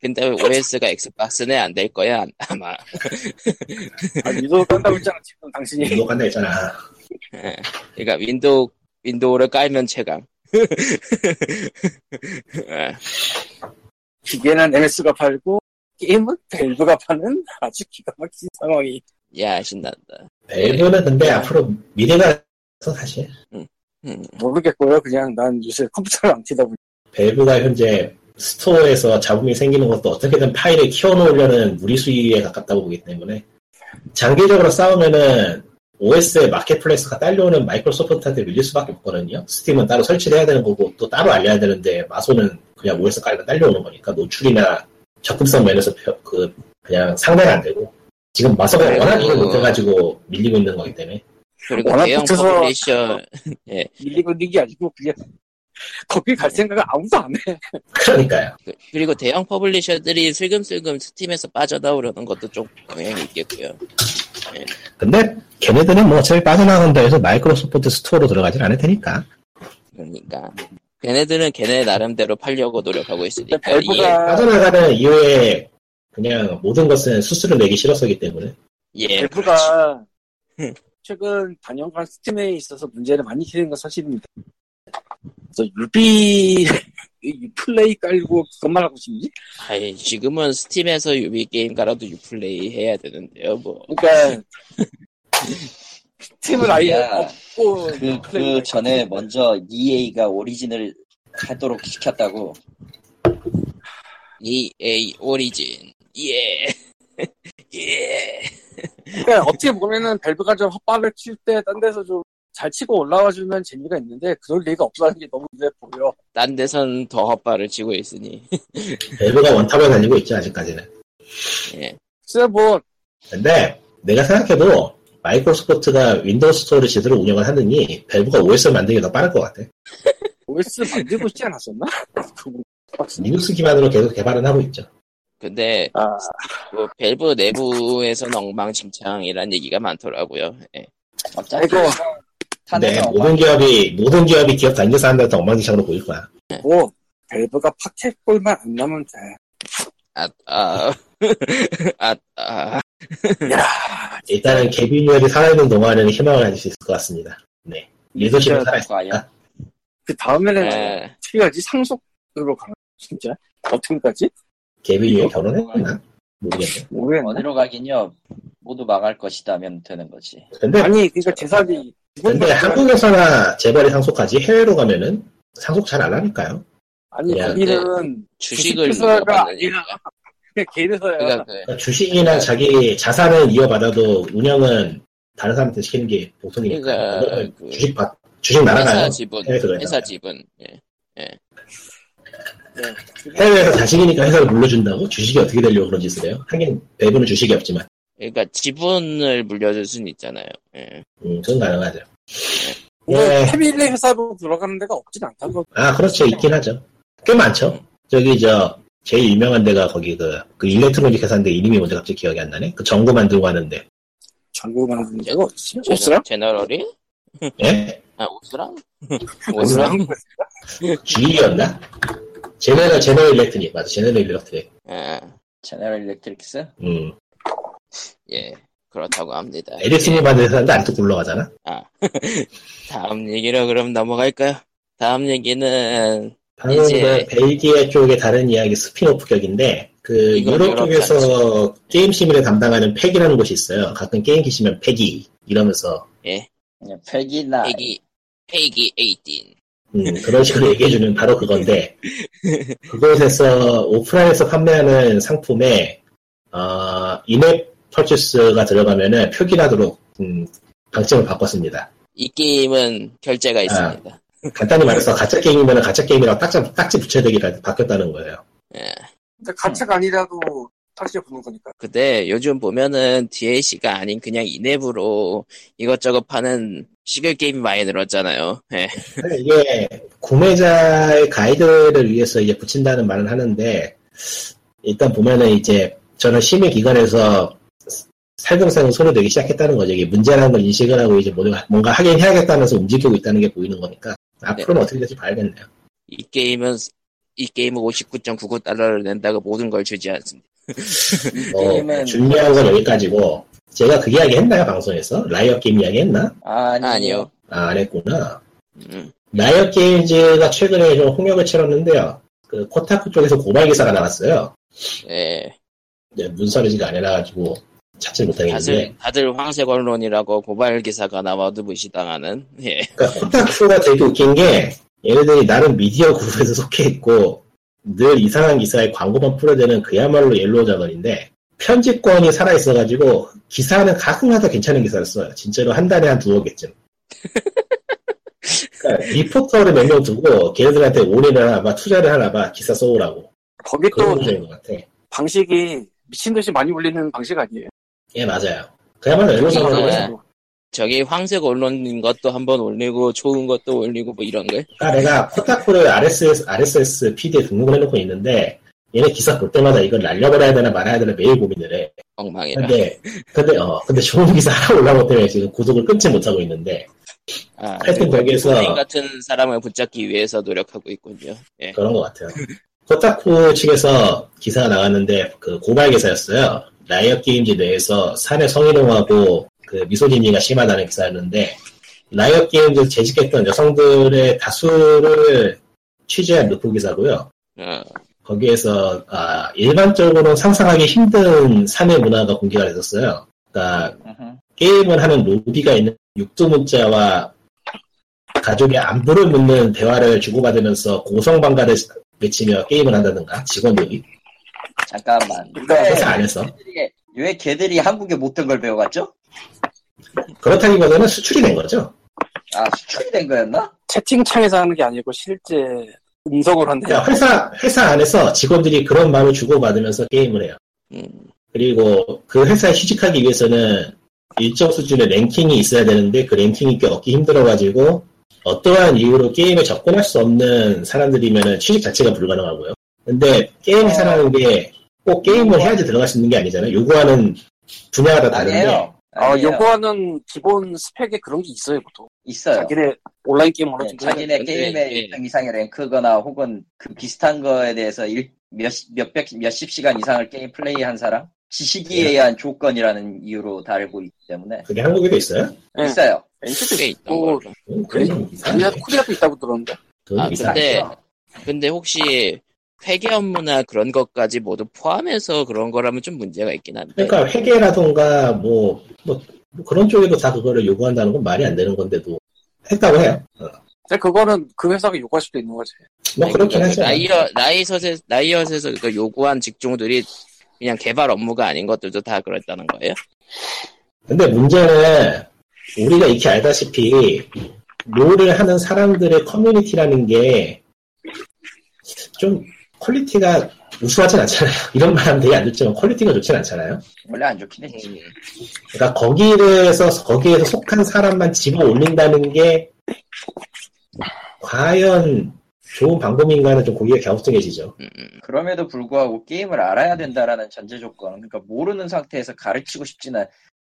Speaker 1: 근데 OS가 엑스박스는 안 될 거야 아마.
Speaker 3: 아, 윈도우 깐다고 했잖아 지금 당신이.
Speaker 4: 이거 간다 했잖아
Speaker 1: 그러니까 윈도우 윈도우를 깔면 최강. [LAUGHS] 예,
Speaker 3: 기계는 MS가 팔고 게임은 밸브가 파는 아주 기가 막힌 상황이.
Speaker 1: 야 신난다.
Speaker 4: 밸브는 근데 앞으로 미래가 있어 사실
Speaker 1: 음,
Speaker 3: 모르겠고요. 그냥 난 요새 컴퓨터를 안 키다 보니
Speaker 4: 밸브가 현재 스토어에서 잡음이 생기는 것도 어떻게든 파일에 키워놓으려는 무리수위에 가깝다고 보기 때문에 장기적으로 싸우면은 OS의 마켓플레이스가 딸려오는 마이크로소프트한테 밀릴 수밖에 없거든요. 스팀은 따로 설치를 해야 되는 거고 또 따로 알려야 되는데 마소는 그냥 OS 깔면 딸려오는 거니까 노출이나 접근성 면에서 펴- 그 그냥 상대가 안 되고 지금 마소가
Speaker 1: 그래요.
Speaker 4: 워낙 이걸 못해가지고 밀리고 있는 거기 때문에 [LAUGHS]
Speaker 1: 그리고
Speaker 3: 워낙
Speaker 1: 대형
Speaker 3: 붙어서-
Speaker 1: 퍼블리셔
Speaker 3: 밀리고 있는 게 아니고 그냥 거기 갈 생각을 아무도 안 해.
Speaker 4: 그러니까요.
Speaker 1: 그- 그리고 대형 퍼블리셔들이 슬금슬금 스팀에서 빠져나오려는 것도 좀 영향이 있겠고요.
Speaker 4: 근데 걔네들은 뭐 어차피 빠져나간다 해서 마이크로소프트 스토어로 들어가질 않을 테니까
Speaker 1: 그러니까 걔네들은 걔네 나름대로 팔려고 노력하고 있으니까
Speaker 3: 밸브가
Speaker 4: 빠져나가는 이후에 그냥 모든 것은 수수료 내기 싫었었기 때문에
Speaker 1: 예, 예 그렇지.
Speaker 3: 밸브가
Speaker 1: 음.
Speaker 3: 최근 단연간 스팀에 있어서 문제를 많이 키는 건 사실입니다. 그래서 유비 이 플레이 깔고 그것만 하고 싶니?
Speaker 1: 아이, 지금은 스팀에서 유비 게임 깔아도 유플레이 해야 되는데요 뭐
Speaker 3: 그러니까 [LAUGHS] 스팀을 아예
Speaker 2: 야.
Speaker 3: 없고
Speaker 2: 그,
Speaker 3: 플레이
Speaker 2: 그 전에 먼저 EA가 오리진을 하도록 시켰다고.
Speaker 1: EA 오리진 예 [LAUGHS] 예.
Speaker 3: 그러니까 어떻게 보면은 밸브가 좀 헛발을 칠 때 딴 데서 좀 잘 치고 올라와주면 재미가 있는데 그럴 리가 없다는 게 너무 눈에 보여.
Speaker 1: 딴 데선 더 헛발을 치고 있으니
Speaker 4: 밸브가 원탑을 달리고 있죠 아직까지는
Speaker 1: 예.
Speaker 3: 글쎄 뭐
Speaker 4: 근데 내가 생각해도 마이크로소프트가 윈도우 스토어를 제대로 운영을 하느니 밸브가 OS 를 만들기 더 빠를 것 같아
Speaker 3: OS 만들고 있지 않았었나? [LAUGHS] 그거.
Speaker 4: 리눅스 기반으로 계속 개발은 하고 있죠
Speaker 1: 근데
Speaker 3: 아,
Speaker 1: 뭐 밸브 내부에서는 엉망진창이란 얘기가 많더라고요 예.
Speaker 2: 갑자기
Speaker 3: 아이고,
Speaker 4: 근데
Speaker 2: 탄에서
Speaker 4: 모든 기업이 모든 기업이 기업 단계에서 한다고 엉망진창으로 보일 거야
Speaker 3: 뭐, 밸브가 파켓볼만 안 나면 돼.
Speaker 1: 아, 아, 아, 아.
Speaker 3: 야,
Speaker 4: 일단은 개빈 유엘이 살아있는 동안에는 희망을 가질 수 있을 것 같습니다 네 리더십은 살아있어
Speaker 2: 과연
Speaker 3: 그 다음에는
Speaker 1: 예.
Speaker 3: 어떻게 하지? 상속으로 가는 거지, 진짜? 어떻게 까지
Speaker 4: 개빈 유엘 결혼했나? 모르겠네
Speaker 3: 모르겠네.
Speaker 2: 어디로 가긴요. 모두 망할 것이다면 되는 거지.
Speaker 4: 근데
Speaker 3: 아니, 그러니까 재산이
Speaker 4: 근데 한국에서나 재벌이 상속하지 해외로 가면은 상속 잘 안 하니까요.
Speaker 3: 아니
Speaker 4: 야,
Speaker 3: 거기는
Speaker 1: 주식을
Speaker 3: 주식회사가
Speaker 1: 누가 받느냐.
Speaker 3: 아니라 그냥 개인회사야.
Speaker 1: 그러니까 그
Speaker 4: 그러니까 주식이나 자기 자산을 이어받아도 운영은 다른 사람한테 시키는 게 보통이니까
Speaker 1: 그러니까 그
Speaker 4: 주식 받 주식
Speaker 1: 회사
Speaker 4: 날아가요. 네,
Speaker 1: 지분
Speaker 4: 해외에서
Speaker 1: 회사 지분 예.
Speaker 4: 해외에서 자식이니까 회사를 물려준다고 주식이 어떻게 되려고 그런 짓을 해요? 하긴 대부분 주식이 없지만
Speaker 1: 그러니까 지분을 물려줄 수는 있잖아요 예.
Speaker 4: 음, 그건 가능하죠.
Speaker 1: 네.
Speaker 3: 뭐
Speaker 4: 예.
Speaker 3: 패밀리 회사로 들어가는 데가 없진 않다고.
Speaker 4: 아 그렇죠 있긴 하죠. 꽤 많죠. 저기 저 제일 유명한 데가 거기 그, 그 일렉트로닉 회사인데 이름이 뭔지 갑자기 기억이 안 나네. 그 전구 만들고 하는데
Speaker 3: 전국만 하는 데가 없지.
Speaker 1: 제너-
Speaker 3: 없어요?
Speaker 1: 제너럴이
Speaker 4: 예?
Speaker 1: 아
Speaker 4: [LAUGHS]
Speaker 1: 오스랑
Speaker 3: 없어요?
Speaker 1: 오스랑
Speaker 4: GE였나? 제네럴 제네럴 일렉트릭 맞아 제네럴 일렉트릭.
Speaker 1: 예.
Speaker 2: 제너럴 일렉트릭스?
Speaker 4: 음.
Speaker 1: 예 그렇다고 합니다
Speaker 4: 에디슨이 만든 회사인데 아직도 굴러가잖아?
Speaker 1: 다음 얘기로 그럼 넘어갈까요 다음 얘기는
Speaker 4: 방금
Speaker 1: 이제-
Speaker 4: 그 벨기에 쪽의 다른 이야기 스피노프 격인데 그
Speaker 1: 이건
Speaker 4: 유럽
Speaker 1: 유럽
Speaker 4: 쪽에서 게임 시민을 담당하는 팩이라는 곳이 있어요. 가끔 게임 기시면 팩이 이러면서
Speaker 1: 예
Speaker 2: 그냥
Speaker 4: 아,
Speaker 2: 팩이나
Speaker 1: 페기 페기 18
Speaker 4: 음, 그런 식으로
Speaker 1: [LAUGHS]
Speaker 4: 얘기해주는 바로 그건데 그곳에서 오프라인에서 판매하는 상품에 어, 인앱 퍼체스가 들어가면은 표기하도록 음, 방침을 바꿨습니다.
Speaker 1: 이 게임은 결제가
Speaker 4: 아.
Speaker 1: 있습니다
Speaker 4: 간단히 말해서 가짜 게임이면 가짜 게임이라고 딱지, 딱지 붙여야 되기 바뀌었다는 거예요.
Speaker 1: 예.
Speaker 3: 근데 그러니까
Speaker 4: 네.
Speaker 3: 가차가 아니라도 다시 보는 거니까.
Speaker 1: 근데 요즘 보면은 DLC가 아닌 그냥 인앱으로 이것저것 파는 시글 게임이 많이 늘었잖아요. 예.
Speaker 4: 근데 이게 구매자의 가이드를 위해서 이제 붙인다는 말은 하는데 일단 보면은 이제 저는 심의 기관에서 살금살금 손을 대기 시작했다는 거죠. 이게 문제라는 걸 인식을 하고 이제 뭔가, 뭔가 하긴 해야겠다면서 움직이고 있다는 게 보이는 거니까 앞으로는 어떻게 될지 봐야겠네요.
Speaker 1: 이 게임은 이 게임은 59.99달러를 낸다고 모든 걸 주지 않습니다.
Speaker 4: 뭐
Speaker 2: 그
Speaker 4: 어, 네,
Speaker 2: 게임은-
Speaker 4: 중요한 건 여기까지고 제가 그 이야기 했나요 방송에서 라이엇 게임 이야기 했나?
Speaker 2: 아니,
Speaker 1: 아니요.
Speaker 4: 아, 안 했구나.
Speaker 1: 음.
Speaker 4: 라이엇 게임즈가 최근에 좀 홍역을 치렀는데요. 그 코타쿠 쪽에서 고발 기사가 나왔어요.
Speaker 1: 예.
Speaker 4: 네, 문서리지가 안 해놔가지고 찾지 못하겠는데
Speaker 1: 다들 다들 황색 언론이라고 고발 기사가 나와도 무시당하는. 예.
Speaker 4: 그러니까 코타쿠가 되게 웃긴 게 얘네들이 나름 미디어 그룹에서 속해 있고 늘 이상한 기사에 광고만 뿌려대는 그야말로 옐로우 자본인데 편집권이 살아있어가지고 기사는 가끔가다 괜찮은 기사를 써요 진짜로 한 달에 한 두어 개쯤 그러니까 리포터를 몇 명 두고 걔네들한테 올인을 하나봐 투자를 하나봐 기사 써오라고
Speaker 3: 거기 또
Speaker 4: 그런 문제인 것 같아
Speaker 3: 방식이 미친 듯이 많이 올리는 방식 아니에요.
Speaker 4: 예 맞아요 네, 그야말로 옐로우
Speaker 1: 그거는-
Speaker 4: 자본이에요
Speaker 1: 저기 황색 언론인 것도 한번 올리고 좋은 것도 올리고 뭐 이런 걸.
Speaker 4: 아, 내가 코타쿠를 RSS, RSS PD에 등록을 해놓고 있는데, 얘네 기사 볼 때마다 이걸 날려버려야 되나 말아야 되나 매일 고민을 해.
Speaker 1: 엉망이라.
Speaker 4: 네. 근데, 근데, 어, 근데 좋은 기사 하나 올라온 것 때문에 지금 구독을 끊지 못하고 있는데,
Speaker 1: 아,
Speaker 4: 하여튼 거기에서
Speaker 1: 본인 같은 사람을 붙잡기 위해서 노력하고 있군요. 예.
Speaker 4: 그런 것 같아요. 코타쿠 측에서 기사가 나왔는데 그 고발 기사였어요. 라이엇 게임즈 내에서 사내 성희롱하고 그 미소진이가 심하다는 기사였는데 라이엇 게임즈 재직했던 여성들의 다수를 취재한 루프 기사고요.
Speaker 1: 어,
Speaker 4: 거기에서 아, 일반적으로 상상하기 힘든 사내 문화가 공개가 됐었어요. 그러니까
Speaker 2: 으흠.
Speaker 4: 게임을 하는 로비가 있는 육두 문자와 가족의 안부를 묻는 대화를 주고받으면서 고성방가를 외치며 게임을 한다든가 직원들이
Speaker 2: 잠깐만.
Speaker 4: 회사
Speaker 2: 왜,
Speaker 4: 안에서
Speaker 2: 걔들이- 왜 걔들이 한국에 못된 걸 배워갔죠?
Speaker 4: 그렇다기보다는 수출이 된 거죠.
Speaker 2: 아 수출이 된 거였나?
Speaker 3: 채팅창에서 하는 게 아니고 실제 음성으로 한대요.
Speaker 4: 그러니까 회사 회사 안에서 직원들이 그런 말을 주고받으면서 게임을 해요.
Speaker 1: 음,
Speaker 4: 그리고 그 회사에 취직하기 위해서는 일정 수준의 랭킹이 있어야 되는데 그 랭킹이 꽤 얻기 힘들어가지고 어떠한 이유로 게임에 접근할 수 없는 사람들이면 취직 자체가 불가능하고요. 근데 게임 회사라는 게 꼭 게임을 해야지 들어갈 수 있는 게 아니잖아요. 요구하는 분야가 다 다른데
Speaker 2: 아니에요.
Speaker 3: 아,
Speaker 2: 아니에요.
Speaker 3: 요거는 기본 스펙에 그런 게 있어요, 보통.
Speaker 2: 있어요.
Speaker 3: 자기네 온라인 게임
Speaker 2: 네,
Speaker 3: 하는 네,
Speaker 2: 자기네
Speaker 1: 근데
Speaker 2: 게임의
Speaker 1: 이게-
Speaker 2: 일정 이상의 랭크거나 혹은 그 비슷한 거에 대해서 일- 몇, 몇백, 몇십 시간 이상을 게임 플레이한 사람? 지식에
Speaker 4: 예.
Speaker 2: 의한 조건이라는 이유로 다루고 있기 때문에.
Speaker 4: 그게 한국에도 있어요?
Speaker 3: 네.
Speaker 2: 있어요.
Speaker 1: 꽤
Speaker 3: NC도
Speaker 1: 있던
Speaker 3: 있고,
Speaker 1: 걸로.
Speaker 4: 음, 그건 좀
Speaker 3: 코리아,
Speaker 4: 이상해.
Speaker 3: 코리아도 있다고 들었는데.
Speaker 4: 그건
Speaker 1: 아,
Speaker 4: 좀 이상해.
Speaker 1: 근데-
Speaker 2: 있어요.
Speaker 1: 근데 혹시 회계 업무나 그런 것까지 모두 포함해서 그런 거라면 좀 문제가 있긴 한데.
Speaker 4: 그러니까 회계라던가 뭐, 뭐, 뭐 그런 쪽에도 다 그거를 요구한다는 건 말이 안 되는 건데도 했다고 해요. 어.
Speaker 3: 근데 그거는 그 회사가 요구할 수도 있는 거지.
Speaker 4: 뭐
Speaker 1: 네, 그러니까
Speaker 4: 그렇긴 하죠.
Speaker 1: 라이엇, 라이엇에, 라이엇에서 그 요구한 직종들이 그냥 개발 업무가 아닌 것들도 다 그랬다는 거예요?
Speaker 4: 근데 문제는 우리가 익히 알다시피 롤을 하는 사람들의 커뮤니티라는 게 좀 퀄리티가 우수하진 않잖아요. [LAUGHS] 이런 말 하면 되게 안 좋지만 퀄리티가 좋진 않잖아요.
Speaker 2: 원래 안 좋긴 했지.
Speaker 1: 음,
Speaker 4: 그러니까 거기에서 거기에서 속한 사람만 집어 올린다는 게 과연 좋은 방법인가는 좀 고기가 갸우뚱해지죠.
Speaker 2: 그럼에도 불구하고 게임을 알아야 된다라는 전제 조건. 그러니까 모르는 상태에서 가르치고 싶지는,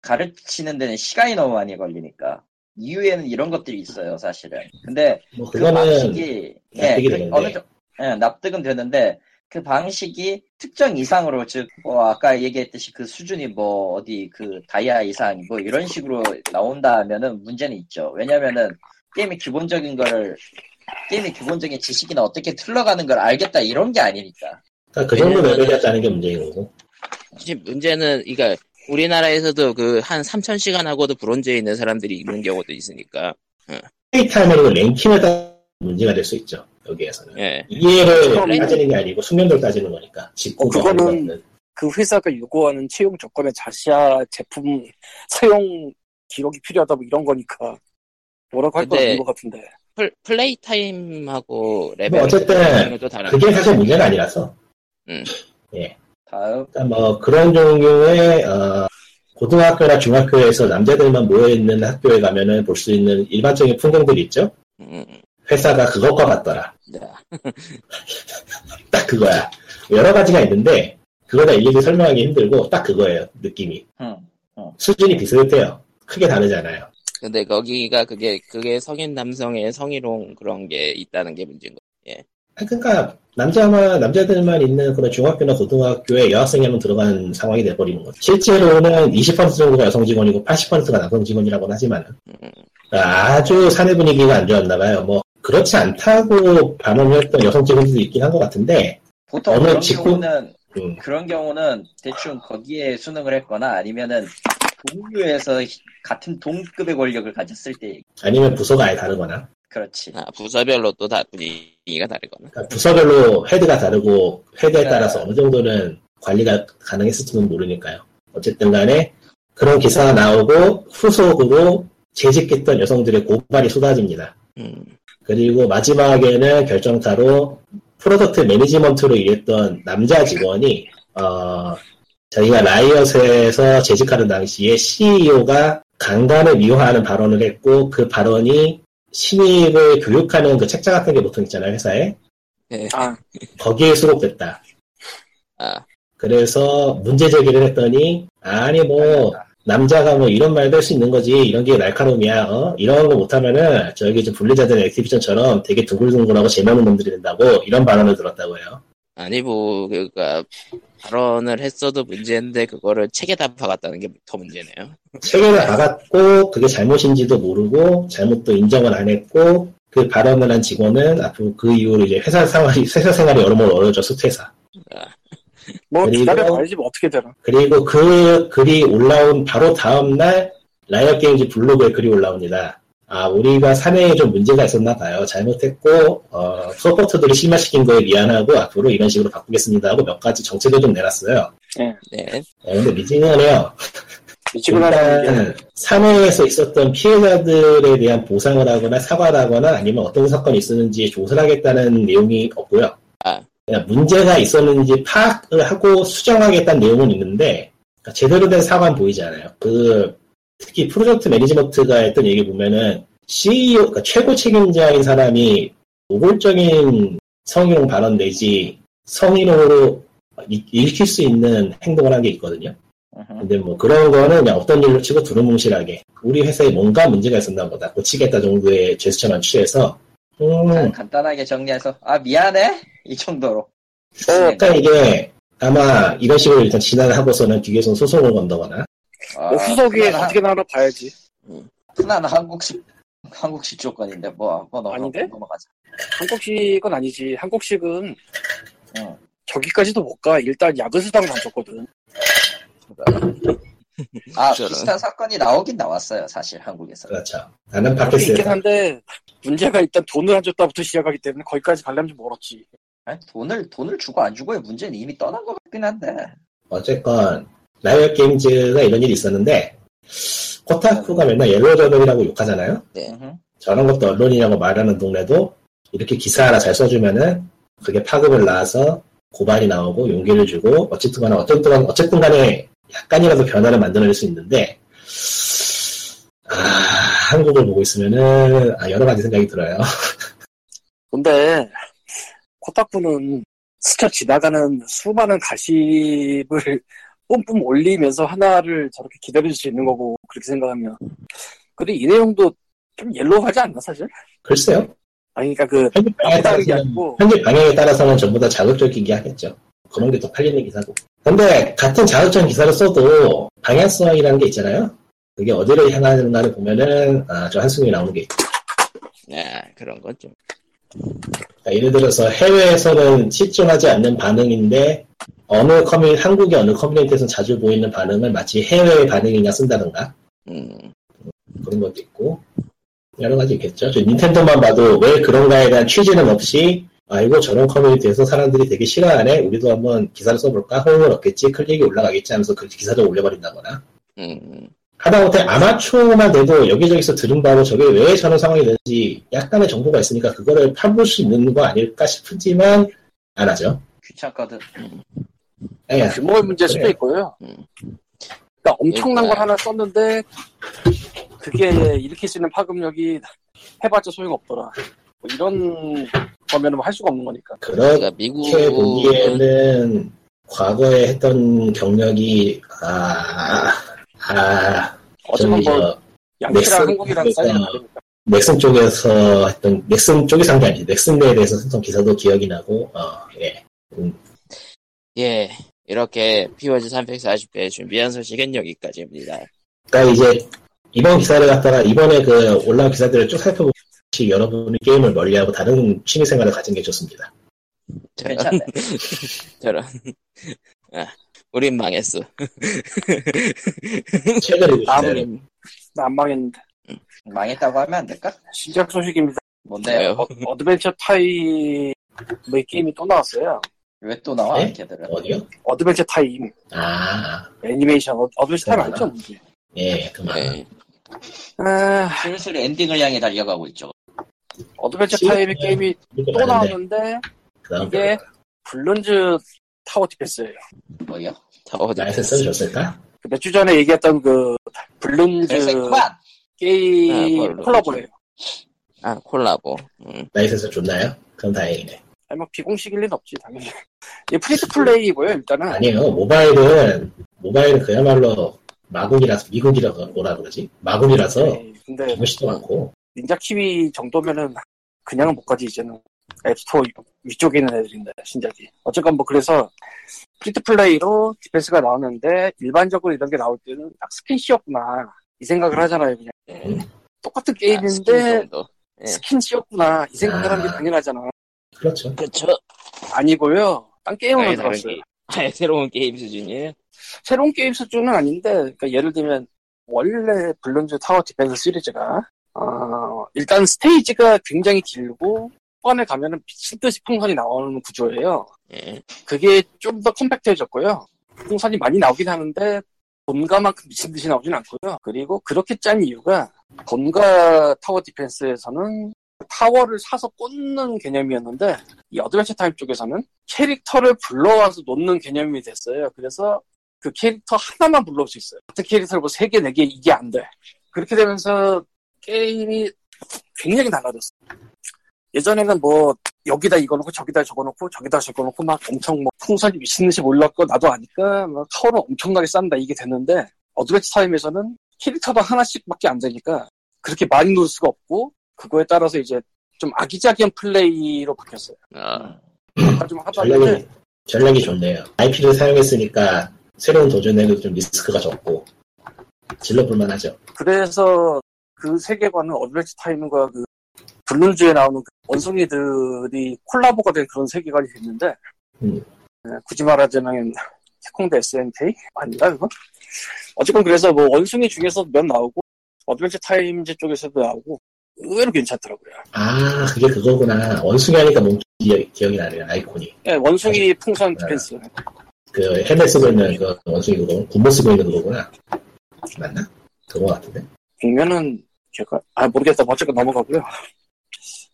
Speaker 2: 가르치는 데는 시간이 너무 많이 걸리니까. 이유에는 이런 것들이 있어요, 사실은. 근데
Speaker 4: 뭐
Speaker 2: 그
Speaker 4: 그거는
Speaker 2: 방식이
Speaker 4: 납득이
Speaker 2: 그
Speaker 4: 되는데.
Speaker 2: 어느 정- 예, 납득은 되는데 그 방식이 특정 이상으로 즉 뭐 아까 얘기했듯이 그 수준이 뭐 어디 그 다이아 이상 뭐 이런 식으로 나온다 하면은 문제는 있죠. 왜냐면은 게임의 기본적인 거를 게임의 기본적인 지식이나 어떻게 틀러가는 걸 알겠다 이런 게 아니니까.
Speaker 4: 그러니까 그 정도
Speaker 1: 왜냐면은-
Speaker 4: 레벨이었다는 게 문제인 거고.
Speaker 1: 지금 문제는, 그니까, 우리나라에서도 그 한 3,000시간 하고도 브론즈에 있는 사람들이 있는 경우도 있으니까,
Speaker 4: 페이타임으로 랭킹을 따 문제가 될 수 있죠. 여기에서는.
Speaker 1: 예.
Speaker 4: 이해를
Speaker 3: 그렇죠. 그거는-
Speaker 4: 따지는 게 아니고 숙련도를 따지는 거니까
Speaker 3: 어,
Speaker 4: 직구가
Speaker 3: 그거는-
Speaker 4: 없는
Speaker 3: 그 회사가 요구하는 채용 조건에 자시아 제품 [LAUGHS] 사용 기록이 필요하다 뭐 이런 거니까 뭐라고 할 건
Speaker 1: 근데-
Speaker 3: 아닌 것 같은데.
Speaker 1: 플, 플레이 타임하고 레벨.
Speaker 4: 뭐 어쨌든
Speaker 1: 또 다른
Speaker 4: 그게 사실 문제가 아니라서
Speaker 2: 다음
Speaker 4: 그러니까 뭐 그런 종류의 어, 고등학교나 중학교에서 남자들만 모여있는 학교에 가면은 볼 수 있는 일반적인 풍경들이 있죠
Speaker 1: 음,
Speaker 4: 회사가 그것과 같더라
Speaker 1: 네.
Speaker 4: [LAUGHS] 딱 그거야 여러 가지가 있는데 그거다 일일이 설명하기 힘들고 딱 그거예요 느낌이
Speaker 3: 어,
Speaker 2: 음,
Speaker 4: 수준이 비슷해요 크게 다르잖아요
Speaker 1: 근데 거기가 그게, 그게 성인 남성의 성희롱 그런 게 있다는 게 문제인 거.
Speaker 4: 아, 그러니까 남자만 남자들만 있는 그런 중학교나 고등학교에 여학생이 한번 들어간 상황이 돼버리는 거죠. 실제로는 20% 정도가 여성 직원이고 80%가 남성 직원이라고는 하지만
Speaker 1: 음.
Speaker 4: 아주 사내 분위기가 안 좋았나 봐요. 뭐 그렇지 않다고 반응을 했던 여성 직원들도 있긴 한 것 같은데
Speaker 2: 보통
Speaker 4: 어느
Speaker 2: 그런
Speaker 4: 직군-
Speaker 2: 경우는
Speaker 4: 음,
Speaker 2: 그런 경우는 대충 거기에 수능을 했거나 아니면은 동료에서 같은 동급의 권력을 가졌을 때
Speaker 4: 아니면 부서가 아예 다르거나
Speaker 2: 그렇지.
Speaker 1: 아, 부서별로 또 다 분위기가 다르거나.
Speaker 4: 그러니까 부서별로 헤드가 다르고 헤드에 따라서 어느 정도는 관리가 가능했을지는 모르니까요. 어쨌든 간에 그런 기사가 나오고 후속으로 재직했던 여성들의 고발이 쏟아집니다.
Speaker 1: 음,
Speaker 4: 그리고 마지막에는 결정타로 프로덕트 매니지먼트로 일했던 남자 직원이 어, 자기가 라이엇에서 재직하는 당시에 CEO가 강간을 미화하는 발언을 했고 그 발언이 신입을 교육하는 그 책자 같은 게 보통 있잖아요 회사에
Speaker 1: 예.
Speaker 3: 아,
Speaker 4: 거기에 수록됐다.
Speaker 1: 아,
Speaker 4: 그래서 문제 제기를 했더니 아니 뭐 남자가 뭐 이런 말도 할 수 있는 거지 이런 게 날카로움이야 어? 이런 거 못하면은 저기 좀 분리자들 액티비전처럼 되게 둥글둥글하고 재미없는 놈들이 된다고 이런 발언을 들었다고 해요
Speaker 1: 아니 뭐 그러니까 발언을 했어도 문제인데 그거를 책에 다 박았다는 게 더 문제네요.
Speaker 4: 책에는 박았고 그게 잘못인지도 모르고 잘못도 인정을 안 했고 그 발언을 한 직원은 앞으로 그 이후로 이제 회사 생활이 회사 생활이 여러모로 어려워져서 퇴사
Speaker 3: 뭐
Speaker 4: 그리고-
Speaker 3: 기다려봐야지 뭐 어떻게 되나
Speaker 4: 그리고 그 글이 올라온 바로 다음날 라이엇 게임즈 블로그에 글이 올라옵니다. 아 우리가 사내에 좀 문제가 있었나 봐요. 잘못했고 어, 서포터들이 실망시킨 거에 미안하고 앞으로 이런 식으로 바꾸겠습니다 하고 몇 가지 정책을 좀 내놨어요.
Speaker 1: 네.
Speaker 4: 어, 근데 미진하네요.
Speaker 3: 미치고 나는
Speaker 4: 일단 사내에서 있었던 피해자들에 대한 보상을 하거나 사과를 하거나 아니면 어떤 사건이 있었는지 조사를 하겠다는 내용이 없고요.
Speaker 1: 아.
Speaker 4: 그냥 문제가 있었는지 파악을 하고 수정하겠다는 내용은 있는데 그러니까 제대로 된 사과는 보이지 않아요. 그 특히 프로젝트 매니지먼트가 했던 얘기 보면은 CEO, 그러니까 최고 책임자인 사람이 노골적인 성희롱 발언 내지 성희롱으로 일- 일으킬 수 있는 행동을 한 게 있거든요.
Speaker 2: 음흠.
Speaker 4: 근데 뭐 그런 거는 그냥 어떤 일로 치고 두루뭉실하게 우리 회사에 뭔가 문제가 있었나 보다 고치겠다 정도의 제스처만 취해서 음,
Speaker 3: 아,
Speaker 2: 간- 간단하게 정리해서 아 미안해 이 정도로
Speaker 3: 어,
Speaker 4: 그러니까 이게 아마 이런 식으로 일단 진행하고서는 뒤에서 소송을 건다거나
Speaker 2: 아,
Speaker 3: 뭐 후속에
Speaker 2: 그나마-
Speaker 3: 어떻게 나오나 봐야지
Speaker 2: 흔한 한국식 한국식 조건인데 뭐뭐 넘어
Speaker 3: 아닌데?
Speaker 2: 넘어가자.
Speaker 3: 한국식은 아니지 한국식은
Speaker 2: 응.
Speaker 3: 저기까지도 못 가 일단 야근수당 감췄거든 그
Speaker 2: 아
Speaker 1: 저런.
Speaker 2: 비슷한 사건이 나오긴 나왔어요 사실 한국에서.
Speaker 3: 네.
Speaker 4: 그렇죠 나는
Speaker 3: 아, 그게 있긴
Speaker 4: 팟캐스트에서
Speaker 3: 한데 문제가 일단 돈을 안 줬다부터 시작하기 때문에 거기까지 가려면 좀 멀었지
Speaker 2: 아니, 네? 돈을 돈을 주고 안 주고의 문제는 이미 떠난 것 같긴 한데.
Speaker 4: 어쨌건 라이엇 게임즈가 이런 일이 있었는데 코타쿠가 맨날 옐로우 저널이라고 욕하잖아요
Speaker 1: 네.
Speaker 2: 음흠.
Speaker 4: 저런 것도 언론이라고 말하는 동네도 이렇게 기사 하나 잘 써주면은 그게 파급을 낳아서 고발이 나오고 용기를 주고 어쨌든 간에 어쨌든 간에, 어쨌든 간에 약간이라도 변화를 만들어낼 수 있는데 아, 한국을 보고 있으면은 아, 여러 가지 생각이 들어요. [LAUGHS]
Speaker 3: 근데 코타쿠는 스쳐 지나가는 수많은 가십을 [LAUGHS] 뿜뿜 올리면서 하나를 저렇게 기다릴 수 있는 거고 그렇게 생각하면 근데 이 내용도 좀 옐로우하지 않나 사실?
Speaker 4: 글쎄요.
Speaker 3: 아니 그러니까 그
Speaker 4: 편집 방향에
Speaker 3: 나쁘다는 게
Speaker 4: 따라서는
Speaker 3: 아니고
Speaker 4: 편집 방향에 따라서는 전부 다 자극적이게 하겠죠. 그런 게 더 팔리는 기사고. 근데 같은 자극적인 기사를 써도 방향성이라는 게 있잖아요. 그게 어디를 향하는가를 보면은 아, 저 한숨이 나오는 게 있죠.
Speaker 1: 네, 그런 것 좀.
Speaker 4: 그러니까 예를 들어서 해외에서는 실존하지 않는 반응인데 어느 커뮤니 한국의 어느 커뮤니티에서 자주 보이는 반응을 마치 해외의 반응이냐 쓴다던가
Speaker 1: 음.
Speaker 4: 그런 것도 있고 여러 가지 있겠죠. 저 닌텐도만 봐도 왜 그런가에 대한 취지는 없이 아이고 저런 커뮤니티에서 사람들이 되게 싫어하네 우리도 한번 기사를 써볼까 호응을 얻겠지 클릭이 올라가겠지 하면서 그 기사를 올려버린다거나
Speaker 1: 음.
Speaker 4: 하다못해 아마추어만 돼도 여기저기서 들은 바로 저게 왜 저런 상황이 되는지 약간의 정보가 있으니까 그거를 파볼 수 있는 거 아닐까 싶지만 안 하죠.
Speaker 2: 귀찮거든.
Speaker 4: 예,
Speaker 3: 규모의 뭐 문제일 수도 있고요
Speaker 1: 네. 음.
Speaker 3: 그러니까 엄청난 걸
Speaker 1: 그러니까.
Speaker 3: 하나 썼는데 그게 일으킬 수 있는 파급력이 해봤자 소용없더라 뭐 이런 거면 뭐 할 수가 없는 거니까
Speaker 4: 그렇게
Speaker 1: 그러니까 미국은
Speaker 4: 보기에는 과거에 했던 경력이 아, 아,
Speaker 3: 어쩌면
Speaker 4: 저기
Speaker 1: 그러니까
Speaker 3: 뭐
Speaker 4: 저
Speaker 3: 양키랑
Speaker 4: 넥슨-
Speaker 3: 한국이랑 사이즈가 다르니까
Speaker 4: 넥슨 쪽에서 했던 넥슨 쪽이 상대 아니지 넥슨에 대해서 했던 기사도 기억이 나고 어, 예.
Speaker 1: 예 이렇게 POG 340회 준비한 소식은 여기까지입니다.
Speaker 4: 그러니까 이제 이번 기사를 갖다가 이번에 그 올라온 기사들을 쭉 살펴보면 여러분이 게임을 멀리하고 다른 취미생활을 가진 게
Speaker 3: [LAUGHS]
Speaker 4: 좋습니다.
Speaker 1: 저런,
Speaker 2: 괜찮네.
Speaker 1: 저런. [LAUGHS] 아, 우린 망했어.
Speaker 4: 책을
Speaker 3: 다음은
Speaker 4: 읽으시면
Speaker 3: 나 안 망했는데
Speaker 2: 망했다고 하면 안 될까?
Speaker 3: 신작 소식입니다
Speaker 2: 뭔데요?
Speaker 1: 왜요?
Speaker 3: 어, 어드벤처 타임 뭐 게임이 또 나왔어요
Speaker 2: 왜 또 나와?
Speaker 4: 네?
Speaker 2: 걔들은.
Speaker 4: 어디요?
Speaker 3: 어드벤처 타임
Speaker 4: 아,
Speaker 3: 애니메이션 어, 어드벤처 타임
Speaker 1: 네.
Speaker 3: 알죠? 뭔지?
Speaker 4: 예, 그만.
Speaker 3: 네.
Speaker 1: 예.
Speaker 3: 아,
Speaker 2: 슬슬 엔딩을 향해 달려가고 있죠.
Speaker 3: 어드벤처
Speaker 4: 지금-
Speaker 3: 타임의 게임이
Speaker 1: 네,
Speaker 4: 이렇게
Speaker 3: 또
Speaker 4: 많은데,
Speaker 3: 나오는데
Speaker 1: 아,
Speaker 4: 그다음
Speaker 3: 이게 블론즈 타워 디펜스예요
Speaker 2: 뭐요?
Speaker 1: 타워
Speaker 4: 라이센스를
Speaker 1: 디펜스.
Speaker 4: 줬을까?
Speaker 3: 몇 주 전에 얘기했던 그 블론즈
Speaker 2: 그래서 그만.
Speaker 3: 게임
Speaker 1: 아, 블론즈.
Speaker 3: 콜라보예요
Speaker 1: 아 콜라보. 음.
Speaker 4: 라이센스 줬나요? 그럼 다행이네.
Speaker 3: 아니 뭐 비공식일 리는 없지 당연히
Speaker 1: 음.
Speaker 3: 이게 프리트 플레이고요 일단은
Speaker 4: 아니에요. 모바일은 모바일은 그야말로 마군이라서 미국이라고 뭐라 그러지? 마군이라서
Speaker 3: 네, 근데
Speaker 4: 잘못이도 많고
Speaker 3: 닌자 키위 정도면은 그냥은 못 가지 이제는 앱스토어 위쪽에 있는 애들인데 신작이 어쨌건 뭐 그래서 프리트플레이로 디펜스가 나오는데 일반적으로 이런 게 나올 때는 딱 스킨씨였구나 이 생각을 하잖아요 그냥
Speaker 4: 네.
Speaker 3: 똑같은 게임인데
Speaker 1: 정도. 아, 예.
Speaker 3: 스킨씨였구나 이 생각을
Speaker 4: 아.
Speaker 3: 하는 게 당연하잖아
Speaker 4: 그렇죠.
Speaker 1: 그쵸.
Speaker 3: 아니고요 딴 게임으로
Speaker 1: 아예 다른
Speaker 3: 들었어요
Speaker 1: 게임. 아예 새로운 게임 수준이에요.
Speaker 3: 새로운 게임 수준은 아닌데 그러니까 예를 들면 원래 블론즈 타워 디펜스 시리즈가 어, 일단 스테이지가 굉장히 길고 후반에 가면은 미친 듯이 풍선이 나오는 구조예요.
Speaker 1: 예.
Speaker 3: 그게 좀 더 컴팩트해졌고요. 풍선이 많이 나오긴 하는데 본가만큼 미친 듯이 나오진 않고요. 그리고 그렇게 짠 이유가 본가 타워 디펜스에서는 타워를 사서 꽂는 개념이었는데 이 어드벤처 타임 쪽에서는 캐릭터를 불러와서 놓는 개념이 됐어요. 그래서 그 캐릭터 하나만 불러올 수 있어요. 같은 캐릭터를 뭐 3개, 4개 이게 안 돼. 그렇게 되면서 게임이 굉장히 달라졌어요. 예전에는 뭐 여기다 이거 놓고 저기다 저거 놓고 저기다 저거 놓고 막 엄청 뭐 풍선이 미친 듯이 몰랐고 나도 아니까 막 타워를 엄청나게 쌓는다 이게 됐는데 어드벤처 타임에서는 캐릭터가 하나씩밖에 안 되니까 그렇게 많이 놓을 수가 없고 그거에 따라서 이제 좀 아기자기한 플레이로 바뀌었어요.
Speaker 1: 어,
Speaker 3: 아까 좀 하봤는데
Speaker 4: 전략이 전략이 좋네요. IP를 사용했으니까 새로운 도전에도 좀 리스크가 적고 질러볼만 하죠.
Speaker 3: 그래서 그 세계관은 어드벤처 타임과 그 블루즈에 나오는 그 원숭이들이 콜라보가 된 그런 세계관이 됐는데
Speaker 4: 음.
Speaker 3: 네, 굳이 말하자면 태콩대 SNK 아닌가 그건? 어쨌건 그래서 뭐 원숭이 중에서 몇 나오고 어드벤처 타임즈 쪽에서도 나오고 의외로 괜찮더라고요.
Speaker 4: 아 그게 그거구나. 원숭이 하니까 몸 기억, 기억이 나네요. 아이콘이. 네.
Speaker 3: 예, 원숭이 풍선 디펜스.
Speaker 4: 그 헬멧 쓰고 있는 그 원숭이 그거 군모 쓰고 있는 그거구나. 맞나? 그거 같은데.
Speaker 3: 보면은 제가 아 모르겠다 뭐 어쨌건 넘어가고요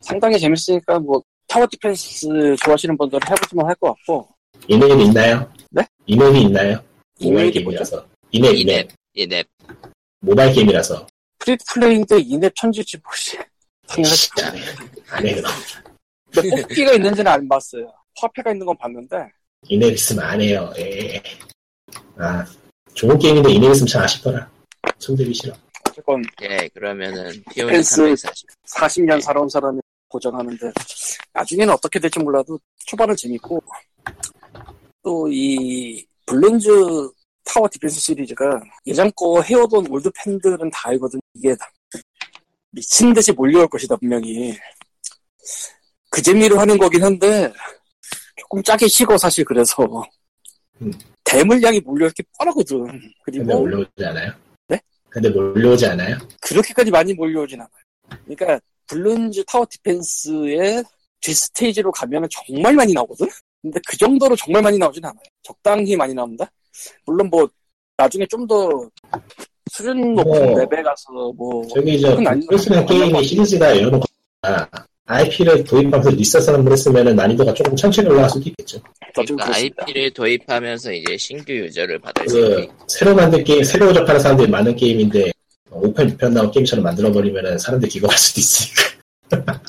Speaker 3: 상당히 재밌으니까 뭐 타워 디펜스 좋아하시는 분들은 해보시면 할 것 같고
Speaker 4: 이메일 있나요?
Speaker 3: 네?
Speaker 4: 이메일이 있나요? 모바일
Speaker 3: 이메일이 뭐죠?
Speaker 4: 게임이라서. 이메일 이메일
Speaker 1: 이넵, 이넵. 네.
Speaker 4: 모바일 게임이라서.
Speaker 3: 프리 플레이인데 이내 천지지 뭐지 당연하지
Speaker 4: 아, 진짜 안해 그럼.
Speaker 3: 근데 뽑기가 있는지는 안 봤어요 화폐가 있는 건 봤는데
Speaker 4: 이메일 있으면 안 해요. 예. 아 좋은 게임인데 이메일 있으면 참 아쉽더라. 손대기 싫어.
Speaker 3: 어쨌건
Speaker 1: 예, 그러면은 피오니
Speaker 3: 펜스.
Speaker 1: 340.
Speaker 4: 예.
Speaker 3: 40년 살아온 사람이 고정하는데 나중에는 어떻게 될지 몰라도 초반은 재밌고 또 이 블론즈 타워 디펜스 시리즈가 예전 거 해오던 올드 팬들은 다 알거든 이게 다 미친 듯이 몰려올 것이다 분명히 그 재미로 하는 거긴 한데 조금 짜게 식어 사실 그래서
Speaker 4: 음.
Speaker 3: 대물량이 몰려올 게 뻔하거든
Speaker 4: 근데
Speaker 3: 그리고
Speaker 4: 몰려오지 않아요?
Speaker 3: 네?
Speaker 4: 근데 몰려오지 않아요?
Speaker 3: 그렇게까지 많이 몰려오진 않아요. 그러니까 블룬즈 타워 디펜스의 뒷스테이지로 가면은 정말 많이 나오거든? 근데 그 정도로 정말 많이 나오진 않아요. 적당히 많이 나옵니다. 물론 뭐 나중에 좀 더 수준 높은
Speaker 4: 뭐,
Speaker 3: 레벨 가서 뭐
Speaker 4: 저기 저
Speaker 3: 그건 아니죠.
Speaker 4: 플스는 게임이 시리즈가 여러 가 IP를 도입하면서 리서스하는 걸 했으면 난이도가 조금 천천히 올라갈 수도 있겠죠.
Speaker 3: 어쨌든
Speaker 1: 그러니까
Speaker 3: 아, 그렇습니다.
Speaker 1: IP를 도입하면서 이제 신규 유저를 받을 수
Speaker 4: 그
Speaker 1: 있게.
Speaker 4: 새로 만든 게임, 새로 접하는 사람들이 많은 게임인데 5편, 6편 나온 게임처럼 만들어버리면 사람들이 기겁할 수도 있으니까 [LAUGHS]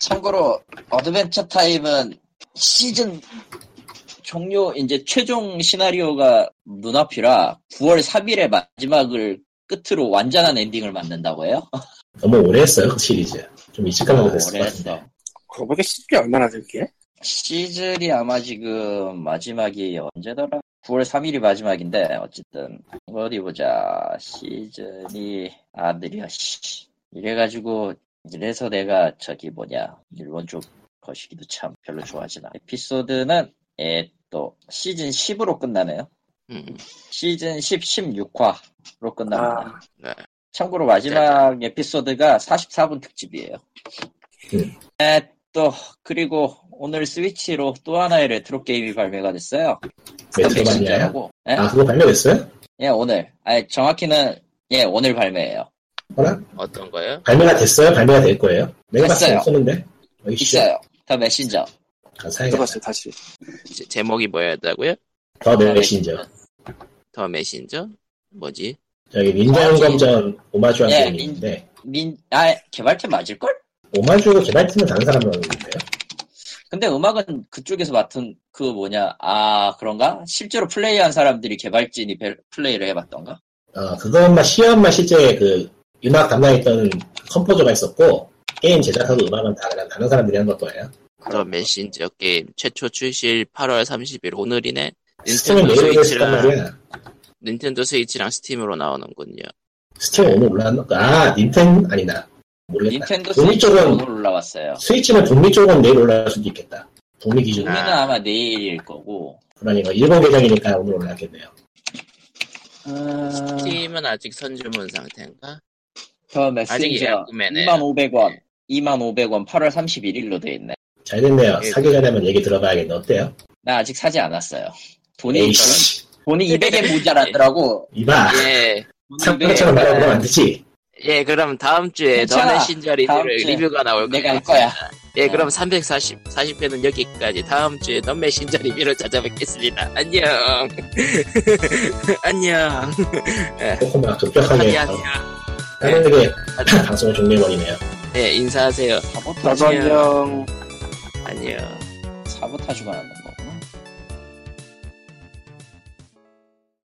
Speaker 2: 참고로 어드벤처 타임은 시즌 종료 이제 최종 시나리오가 눈앞이라 9월 3일에 마지막을 끝으로 완전한 엔딩을 만든다고 해요?
Speaker 4: 너무 오래 했어요 그 시리즈 좀 일찍 가면 됐을
Speaker 2: [LAUGHS]
Speaker 4: 것
Speaker 2: 오래 했어.
Speaker 4: 같은데
Speaker 3: 그거 보니까 시즌이 얼마나
Speaker 4: 네.
Speaker 3: 될게?
Speaker 2: 시즌이 아마 지금 마지막이 언제더라? 9월 3일이 마지막인데 어쨌든 어디 보자 시즌이 아 느려 씨 이래가지고 이래서 내가 저기 뭐냐 일본 쪽 거시기도 참 별로 좋아하진 않아 에피소드는 예또 시즌 10으로 끝나네요
Speaker 1: 음,
Speaker 2: 시즌 10 16화로 끝납니다
Speaker 3: 아,
Speaker 2: 참고로 마지막 에피소드가 44분 특집이에요.
Speaker 4: 음.
Speaker 2: 에, 또 그리고 오늘 스위치로 또 하나의 레트로 게임이 발매가 됐어요.
Speaker 4: 메트로 네, 발매요?
Speaker 2: 백신자라고. 예?
Speaker 4: 아 그거 발매됐어요?
Speaker 2: 예, 오늘. 아니, 정확히는 예, 오늘 발매예요.
Speaker 4: 어라?
Speaker 1: 어떤 거요?
Speaker 4: 발매가 됐어요? 발매가 될 거예요? 내가 봤을
Speaker 2: 됐어요.
Speaker 4: 때 없었는데 어이, 씨.
Speaker 2: 있어요. 더 메신저.
Speaker 4: 가서 사야겠다
Speaker 3: 들어봤어요 다시.
Speaker 1: 제, 제목이 뭐였다고요?
Speaker 4: 더 내리신죠
Speaker 1: 더 메신저? 뭐지?
Speaker 4: 저기 민자연검전 오마주한
Speaker 2: 예,
Speaker 4: 게임인데
Speaker 2: 민, 아, 개발팀 맞을걸?
Speaker 4: 오마주 개발팀은 다른 사람이 하는데요?
Speaker 2: 근데 음악은 그쪽에서 맡은 그 뭐냐 아 그런가? 실제로 플레이한 사람들이 개발진이 벨- 플레이를 해봤던가?
Speaker 4: 어, 그것만 시연만 실제 그 음악 담당했던 컴포저가 있었고 게임 제작하고 음악은 다 그냥 다른 사람들이 한 것도예요.
Speaker 1: 그런 메신저 게임 최초 출시일 8월 30일 오늘이네.
Speaker 4: 스팀은
Speaker 1: 닌텐도
Speaker 4: 내일 했단
Speaker 1: 그 스위치랑
Speaker 4: 말이야.
Speaker 1: 닌텐도 스위치랑 스팀으로 나오는군요.
Speaker 4: 스팀 오늘 올라왔나? 아 닌텐 아니다 모르겠다.
Speaker 2: 닌텐도
Speaker 4: 북미
Speaker 2: 스위치로
Speaker 4: 네. 그 쪽은
Speaker 2: 오늘 올라왔어요.
Speaker 4: 스위치는 북미 쪽은 내일 올라올 수도 있겠다. 북미 기준
Speaker 2: 북미는 아마 내일일 거고.
Speaker 4: 그러니까 일본 계정이니까 오늘 올라왔겠네요.
Speaker 1: 스팀은 아직 선주문 상태인가?
Speaker 2: 더
Speaker 1: 아직
Speaker 2: 메신저
Speaker 1: 예약 구매네.
Speaker 2: 2500원, 2500원 8월 31일로 돼 있네.
Speaker 4: 잘 됐네요.
Speaker 1: 예.
Speaker 4: 사기 전에 한번 얘기 들어봐야겠네. 어때요?
Speaker 2: 나 아직 사지 않았어요. 돈이
Speaker 4: 에이씨
Speaker 2: 돈이 200에 모자랐더라고.
Speaker 4: 이봐
Speaker 1: 예.
Speaker 2: 돈
Speaker 4: 3천원
Speaker 2: 200에
Speaker 4: 말하고 그러면 안 되지.
Speaker 1: 예, 그럼 다음 주에 더
Speaker 2: 괜찮아.
Speaker 1: 메신저 리뷰를,
Speaker 2: 다음 주에
Speaker 1: 리뷰가 나올
Speaker 2: 내가 할
Speaker 1: 거예요.
Speaker 2: 거야.
Speaker 1: 예, 그럼 340, 40회는 여기까지. 다음 주에 넌 메신저 리뷰로 찾아뵙겠습니다. 안녕. [LAUGHS] 안녕.
Speaker 4: 조금 막
Speaker 1: 하니,
Speaker 4: 급격하게
Speaker 1: 하니.
Speaker 4: 빠르게 방송을 종료해버리네요.
Speaker 1: 예, 인사하세요.
Speaker 2: 사보타주
Speaker 3: 나도 안녕.
Speaker 1: 안녕.
Speaker 2: 사보타주가 하는 거구나.